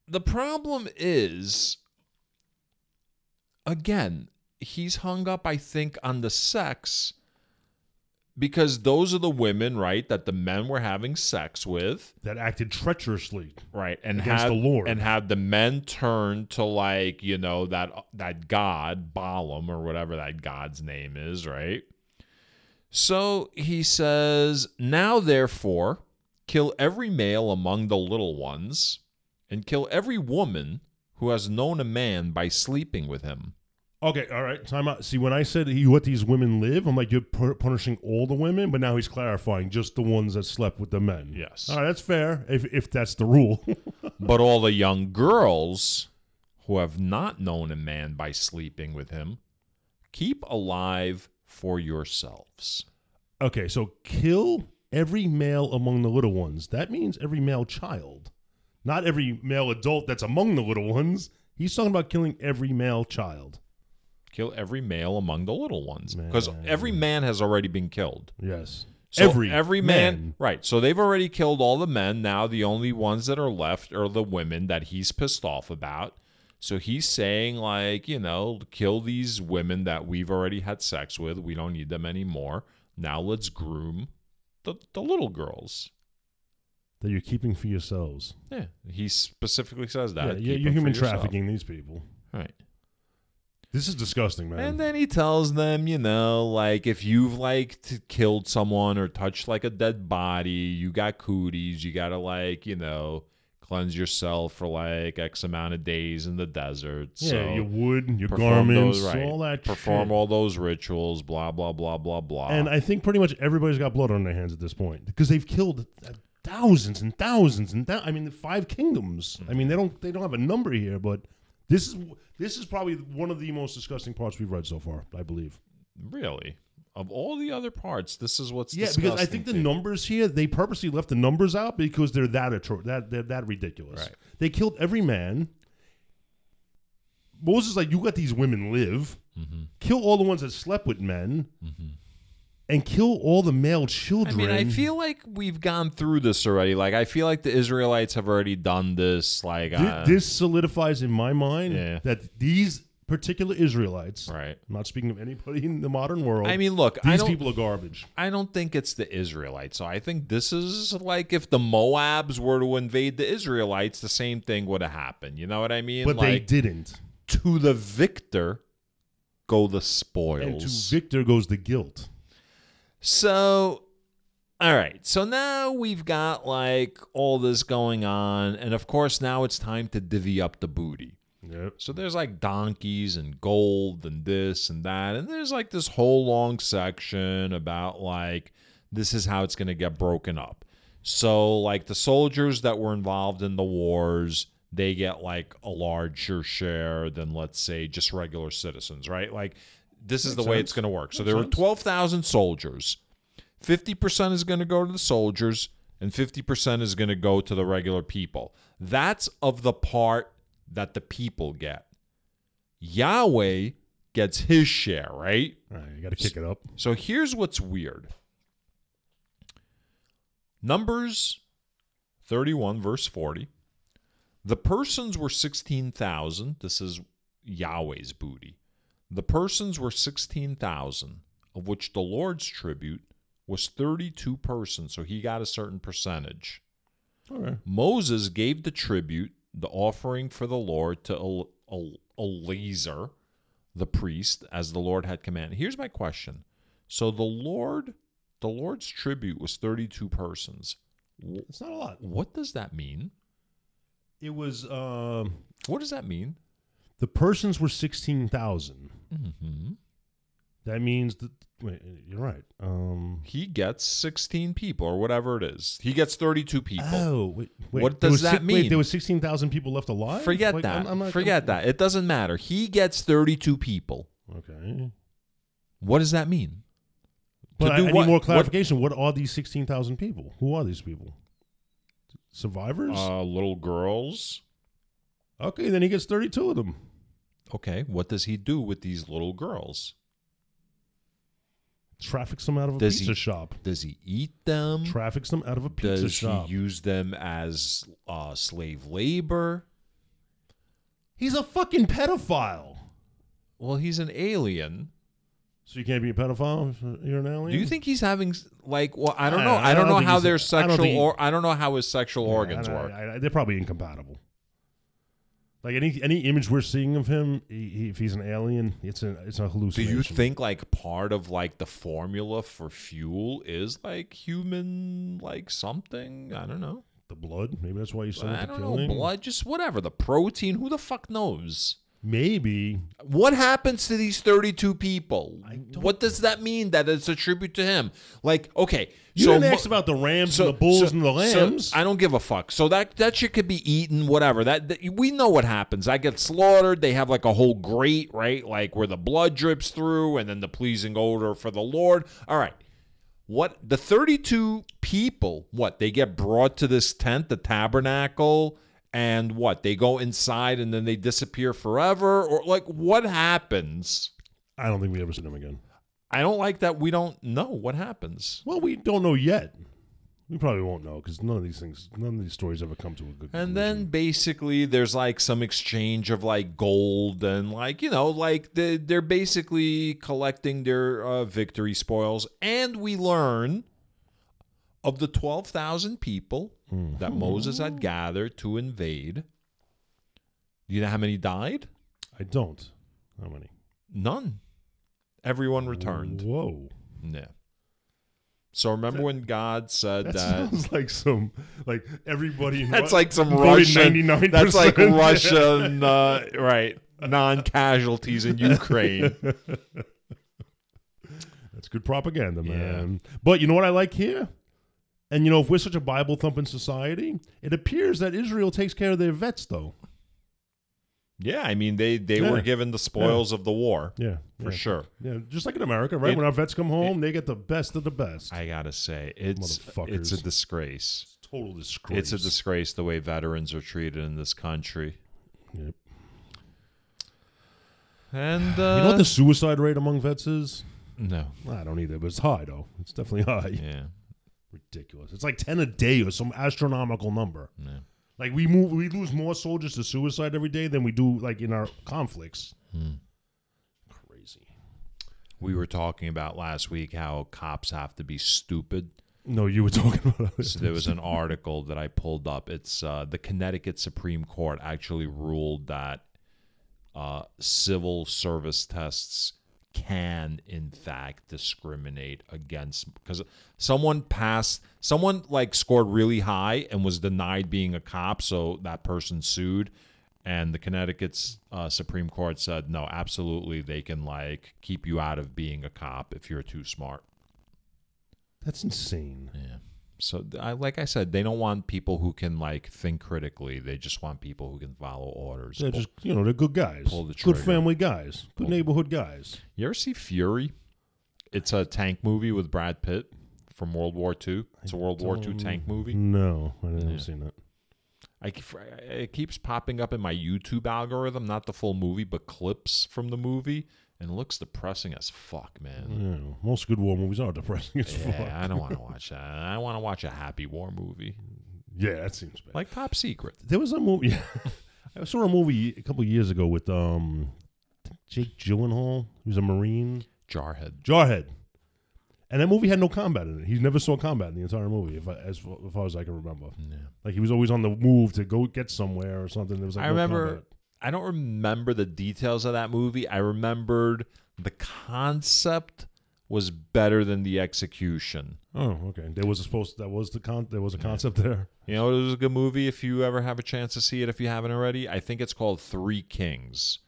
Speaker 2: the problem is again, he's hung up I think on the sex because those are the women, right, that the men were having sex with,
Speaker 1: That acted treacherously.
Speaker 2: right? And
Speaker 1: Against
Speaker 2: have
Speaker 1: the Lord.
Speaker 2: and have the men turn to like, you know, that that god Balaam or whatever that god's name is, right? So he says, Now therefore, kill every male among the little ones, and kill every woman who has known a man by sleeping with him.
Speaker 1: Okay, all right. Time out. See, when I said he let these women live, I'm like, you're pu- punishing all the women, but now he's clarifying just the ones that slept with the men.
Speaker 2: Yes.
Speaker 1: All right, that's fair if, if that's the rule.
Speaker 2: But all the young girls who have not known a man by sleeping with him, keep alive for yourselves.
Speaker 1: okay, so kill every male among the little ones. That means every male child, not every male adult that's among the little ones. He's talking about killing every male child.
Speaker 2: Kill every male among the little ones. Because every man has already been killed.
Speaker 1: Yes.
Speaker 2: So every man, right? So they've already killed all the men. Now the only ones that are left are the women that he's pissed off about. So he's saying like, you know, kill these women that we've already had sex with. We don't need them anymore. Now let's groom the the little girls.
Speaker 1: that you're keeping for yourselves.
Speaker 2: Yeah, he specifically says
Speaker 1: Yeah,
Speaker 2: that.
Speaker 1: you're, you're
Speaker 2: Keep them for
Speaker 1: human
Speaker 2: yourself.
Speaker 1: trafficking these people.
Speaker 2: Right.
Speaker 1: This is disgusting, man.
Speaker 2: And then he tells them, you know, like if you've like t- killed someone or touched like a dead body, you got cooties, you gotta like, you know, cleanse yourself for like X amount of days in the desert.
Speaker 1: yeah,
Speaker 2: so
Speaker 1: your wood, your
Speaker 2: perform
Speaker 1: garments,
Speaker 2: those- right.
Speaker 1: all that
Speaker 2: Perform
Speaker 1: shit.
Speaker 2: all those rituals, blah, blah, blah, blah, blah.
Speaker 1: And I think pretty much everybody's got blood on their hands at this point because they've killed uh, thousands and thousands and thou- I mean the five kingdoms. I mean they don't they don't have a number here, but this is this is probably one of the most disgusting parts we've read so far. I believe.
Speaker 2: really, of all the other parts, this is what's
Speaker 1: Yeah, because I
Speaker 2: disgusting
Speaker 1: think the
Speaker 2: to you.
Speaker 1: numbers here they purposely left the numbers out because they're that atro- that they're that ridiculous.
Speaker 2: Right.
Speaker 1: They killed every man. Moses is like you let these women live,
Speaker 2: Mm-hmm.
Speaker 1: kill all the ones that slept with men, and kill all the male
Speaker 2: I
Speaker 1: children.
Speaker 2: mean, I feel like we've gone through this already. Like, I feel like the Israelites have already done this. Like,
Speaker 1: Thi-
Speaker 2: uh,
Speaker 1: this solidifies in my mind
Speaker 2: Yeah.
Speaker 1: that these particular Israelites.
Speaker 2: right?
Speaker 1: I'm not speaking of anybody in the modern world.
Speaker 2: I mean, look, I
Speaker 1: Oh, these
Speaker 2: don't,
Speaker 1: people are garbage.
Speaker 2: I don't think it's the Israelites. So I think this is like if the Moabs were to invade the Israelites, the same thing would have happened. You know what I mean?
Speaker 1: But they
Speaker 2: like
Speaker 1: didn't.
Speaker 2: to the victor go
Speaker 1: And
Speaker 2: the
Speaker 1: to
Speaker 2: spoils.
Speaker 1: Victor goes the guilt.
Speaker 2: so all right. So now we've got like all this going on and of course now it's time to divvy up the booty.
Speaker 1: Yep.
Speaker 2: So there's like donkeys and gold and this and that. And there's like this whole long section about like this is how it's going to get broken up. So like the soldiers that were involved in the wars, they get like a larger share than let's say just regular citizens, right? Like this is the
Speaker 1: Makes
Speaker 2: way
Speaker 1: sense.
Speaker 2: it's going to work. So
Speaker 1: Makes
Speaker 2: there were
Speaker 1: sense.
Speaker 2: 12,000 soldiers. 50% is going to go to the soldiers and 50% is going to go to the regular people. That's of the part that the people get. Yahweh gets his share, right?
Speaker 1: All right, you got to kick it up.
Speaker 2: So here's what's weird Numbers 31, verse 40. The persons were 16,000. This is Yahweh's booty. The persons were 16,000, of which the Lord's tribute was 32 persons. So he got a certain percentage.
Speaker 1: All right.
Speaker 2: Moses gave the tribute, the offering for the Lord, to El- El- Eleazar, the priest, as the Lord had commanded. Here's my question: So the Lord, the Lord's tribute was thirty-two persons. Wh-
Speaker 1: It's not a lot.
Speaker 2: What does that mean?
Speaker 1: It was um,
Speaker 2: What does that mean?
Speaker 1: the persons were sixteen thousand.
Speaker 2: hmm
Speaker 1: That means that wait, you're right. Um,
Speaker 2: He gets sixteen people, or whatever it is. He gets thirty-two people.
Speaker 1: Oh, wait, wait,
Speaker 2: What
Speaker 1: there was
Speaker 2: does that
Speaker 1: si- Wait,
Speaker 2: mean?
Speaker 1: there was sixteen thousand people left alive.
Speaker 2: Forget
Speaker 1: Like,
Speaker 2: that.
Speaker 1: I'm- I'm not-
Speaker 2: Forget that. It doesn't matter. He gets thirty-two people.
Speaker 1: Okay,
Speaker 2: What does that mean?
Speaker 1: but I,
Speaker 2: do
Speaker 1: I
Speaker 2: what?
Speaker 1: need more
Speaker 2: What-
Speaker 1: clarification. What, are these sixteen thousand people? Who are these people? Survivors?
Speaker 2: Uh, little girls.
Speaker 1: Okay, then he gets 32 of them.
Speaker 2: Okay, what does he do with these little girls?
Speaker 1: Traffics them out of a
Speaker 2: Does he-
Speaker 1: pizza shop.
Speaker 2: Does he eat them?
Speaker 1: Traffics them out of a pizza
Speaker 2: does
Speaker 1: shop.
Speaker 2: he use them as uh, slave labor?
Speaker 1: He's a fucking pedophile.
Speaker 2: Well, he's an alien.
Speaker 1: So you can't be a pedophile if you're an alien?
Speaker 2: Do you think he's having s- like? Well, I don't
Speaker 1: I-
Speaker 2: know.
Speaker 1: I
Speaker 2: I don't
Speaker 1: don't
Speaker 2: know
Speaker 1: think
Speaker 2: how
Speaker 1: he's-
Speaker 2: their
Speaker 1: I don't
Speaker 2: sexual
Speaker 1: think he-
Speaker 2: or I don't know how his sexual
Speaker 1: Yeah,
Speaker 2: organs
Speaker 1: I-
Speaker 2: work.
Speaker 1: I- I- they're probably incompatible. Like any any image we're seeing of him, he, he, if he's an alien, it's an it's a
Speaker 2: Do
Speaker 1: hallucination.
Speaker 2: you think like part of like the formula for fuel is like human like something? I don't know.
Speaker 1: the blood? Maybe that's why he's so
Speaker 2: I
Speaker 1: into
Speaker 2: don't know.
Speaker 1: killing.
Speaker 2: Blood, just whatever. The protein, who the fuck knows?
Speaker 1: Maybe
Speaker 2: What happens to these 32 people?
Speaker 1: don't-
Speaker 2: What does that mean that it's a tribute to him? Like, okay.
Speaker 1: you
Speaker 2: so
Speaker 1: didn't
Speaker 2: mo-
Speaker 1: ask about the rams
Speaker 2: so-
Speaker 1: and the bulls
Speaker 2: so-
Speaker 1: and the
Speaker 2: so
Speaker 1: lambs.
Speaker 2: I don't give a fuck. So that that shit could be eaten, whatever. That, that we know what happens. I get slaughtered. They have like a whole grate, right? Like where the blood drips through, and then the pleasing odor for the Lord. All right. What the thirty-two people? What they get brought to this tent, the tabernacle, and what they go inside, and then they disappear forever, or like what happens?
Speaker 1: I don't think we ever seen him again.
Speaker 2: I don't like that. We don't know what happens.
Speaker 1: Well, we don't know yet. We probably won't know because none of these things, none of these stories ever come to a good.
Speaker 2: And then basically, there's like some exchange of like gold and like you know, like they- they're basically collecting their uh, victory spoils. And we learn of the twelve thousand people that
Speaker 1: Mm-hmm.
Speaker 2: Moses had gathered to invade. Do you know how many died?
Speaker 1: I don't. How many?
Speaker 2: None. Everyone returned.
Speaker 1: Whoa,
Speaker 2: Yeah. So remember when God said
Speaker 1: that
Speaker 2: that
Speaker 1: sounds like some like everybody. In
Speaker 2: That's
Speaker 1: Ru-
Speaker 2: like some
Speaker 1: voted
Speaker 2: Russian.
Speaker 1: 99%.
Speaker 2: That's like Russian, uh, right? Non-casualties in Ukraine.
Speaker 1: That's good propaganda,
Speaker 2: Yeah.
Speaker 1: man. But you know what I like here? And you know, if we're such a Bible thumping society, it appears that Israel takes care of their vets, though.
Speaker 2: Yeah, I mean they they
Speaker 1: Yeah.
Speaker 2: were given the spoils of the war
Speaker 1: Yeah,
Speaker 2: for sure.
Speaker 1: Yeah, just like in America, right?
Speaker 2: It-
Speaker 1: when our vets come home, they get the best of the best.
Speaker 2: I gotta say, it's it's a
Speaker 1: Motherfuckers.
Speaker 2: disgrace.
Speaker 1: Total disgrace.
Speaker 2: It's a disgrace the way veterans are treated in this country.
Speaker 1: Yep.
Speaker 2: And
Speaker 1: You
Speaker 2: uh,
Speaker 1: know what the suicide rate among vets is?
Speaker 2: no,
Speaker 1: I don't either, but it's high though. It's definitely high.
Speaker 2: yeah,
Speaker 1: Ridiculous. It's like ten a day or some astronomical number.
Speaker 2: no.
Speaker 1: Like we move, we lose more soldiers to suicide every day than we do like in our conflicts. Crazy.
Speaker 2: We were talking about last week how cops have to be stupid.
Speaker 1: No, you were talking about this.
Speaker 2: So there was an article that I pulled up. It's uh, the Connecticut Supreme Court actually ruled that uh, civil service tests can, in fact, discriminate against because someone passed, someone like scored really high and was denied being a cop, so that person sued. And the Connecticut's uh, Supreme Court said, no, absolutely, they can like keep you out of being a cop if you're too smart.
Speaker 1: That's insane.
Speaker 2: Yeah. So, th- I, like I said, they don't want people who can like think critically. They just want people who can follow orders.
Speaker 1: They're
Speaker 2: Bull-
Speaker 1: just you know they're good guys,
Speaker 2: Pull the
Speaker 1: good
Speaker 2: trigger.
Speaker 1: family guys, good neighborhood guys.
Speaker 2: you ever see Fury? It's a tank movie with Brad Pitt from World War II. It's a World War II tank movie.
Speaker 1: No, I haven't seen that.
Speaker 2: I, keep- it keeps popping up in my YouTube algorithm, not the full movie, but clips from the movie, and it looks depressing as fuck, man.
Speaker 1: No. Most good war movies are depressing as fuck.
Speaker 2: Yeah, I don't want to watch that. I want to watch a happy war movie,
Speaker 1: Yeah, that seems bad.
Speaker 2: like Top Secret.
Speaker 1: There was a movie. I saw a movie a couple years ago with um Jake Gyllenhaal. He was a Marine.
Speaker 2: Jarhead.
Speaker 1: Jarhead. And that movie had no combat in it. He never saw combat in the entire movie, if I, as fa- as far as I can remember.
Speaker 2: Yeah.
Speaker 1: Like he was always on the move to go get somewhere or something. There was like
Speaker 2: I
Speaker 1: no
Speaker 2: remember.
Speaker 1: combat.
Speaker 2: I don't remember the details of that movie. I remembered the concept was better than the execution.
Speaker 1: Oh, okay. There was a supposed that was the con. There was a concept there.
Speaker 2: You know, it was a good movie if you ever have a chance to see it. If you haven't already, I think it's called Three Kings.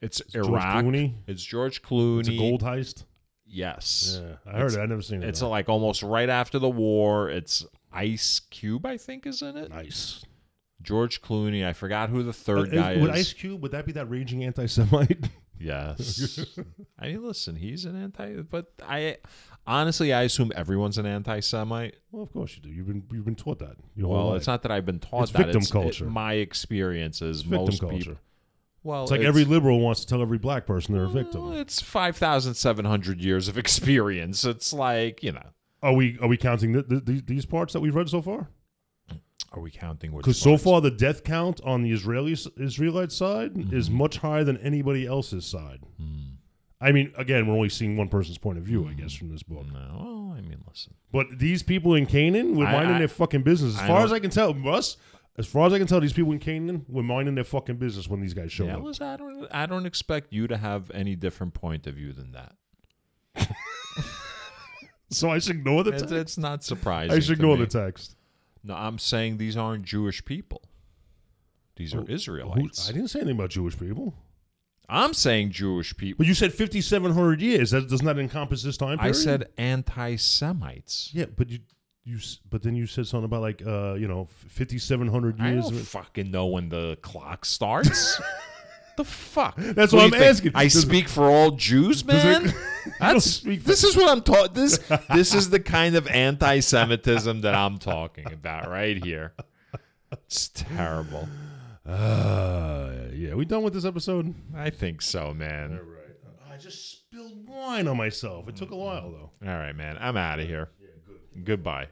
Speaker 2: It's,
Speaker 1: George
Speaker 2: Iraq.
Speaker 1: Clooney?
Speaker 2: It's George Clooney.
Speaker 1: It's a gold heist.
Speaker 2: Yes.
Speaker 1: Yeah, I heard it. I never seen it.
Speaker 2: It's
Speaker 1: though.
Speaker 2: like almost right after the war. It's Ice Cube, I think, is in it.
Speaker 1: nice.
Speaker 2: George Clooney. I forgot who the third
Speaker 1: Uh,
Speaker 2: guy
Speaker 1: is- would
Speaker 2: is.
Speaker 1: Ice Cube? Would that be that raging anti-Semite?
Speaker 2: Yes. I mean, listen, he's an anti, but I honestly, I assume everyone's an anti-Semite.
Speaker 1: Well, of course you do. You've been you've been taught that. Your whole
Speaker 2: Well,
Speaker 1: life.
Speaker 2: it's not that I've been taught
Speaker 1: Oh It's
Speaker 2: that.
Speaker 1: victim
Speaker 2: it's it-
Speaker 1: culture.
Speaker 2: my experience is
Speaker 1: victim
Speaker 2: most
Speaker 1: culture.
Speaker 2: people. Well,
Speaker 1: It's like every liberal wants to tell every black person they're a victim.
Speaker 2: well, it's five thousand seven hundred years of experience. It's like you know.
Speaker 1: Are we are we counting th- th- th- these parts that we've read so far?
Speaker 2: Are we counting which?
Speaker 1: Because so
Speaker 2: ones?
Speaker 1: far the death count on the Israeli Israelite side
Speaker 2: Mm-hmm.
Speaker 1: is much higher than anybody else's side.
Speaker 2: Hmm.
Speaker 1: I mean, again, we're only seeing one person's point of view, I
Speaker 2: Mm-hmm.
Speaker 1: guess, from this book.
Speaker 2: No, well, I mean, listen.
Speaker 1: But these people in Canaan were
Speaker 2: I-
Speaker 1: minding
Speaker 2: I-
Speaker 1: their fucking business. As
Speaker 2: I
Speaker 1: far
Speaker 2: don't-
Speaker 1: as I can tell, Russ, as far as I can tell, these people in Canaan were minding their fucking business when these guys showed
Speaker 2: Yeah,
Speaker 1: up.
Speaker 2: listen, I don't. I don't expect you to have any different point of view than that.
Speaker 1: So I should ignore the
Speaker 2: It's,
Speaker 1: text.
Speaker 2: it's not surprising.
Speaker 1: I should
Speaker 2: to
Speaker 1: ignore the
Speaker 2: me.
Speaker 1: text.
Speaker 2: No, I'm saying these aren't Jewish people. These are
Speaker 1: Who-
Speaker 2: Israelites.
Speaker 1: I didn't say anything about Jewish people.
Speaker 2: I'm saying Jewish people.
Speaker 1: But you said 5,700 years. That does not encompass this time
Speaker 2: I
Speaker 1: period.
Speaker 2: said anti-Semites.
Speaker 1: Yeah, but you, you, s- but then you said something about like, uh, you know, 5,700
Speaker 2: I
Speaker 1: years.
Speaker 2: don't
Speaker 1: of-
Speaker 2: fucking know when the clock starts. the fuck?
Speaker 1: That's
Speaker 2: do
Speaker 1: what
Speaker 2: you
Speaker 1: I'm
Speaker 2: think?
Speaker 1: asking.
Speaker 2: I
Speaker 1: Does-
Speaker 2: speak for all Jews, man.
Speaker 1: it-
Speaker 2: That's
Speaker 1: speak for-
Speaker 2: this is what I'm taught. This this is the kind of anti-Semitism that I'm talking about right here. It's terrible.
Speaker 1: Uh, yeah, we done with this episode?
Speaker 2: I think so, man.
Speaker 1: All right. I just spilled wine on myself. It took a while, though.
Speaker 2: All right, man. I'm out of here. Goodbye.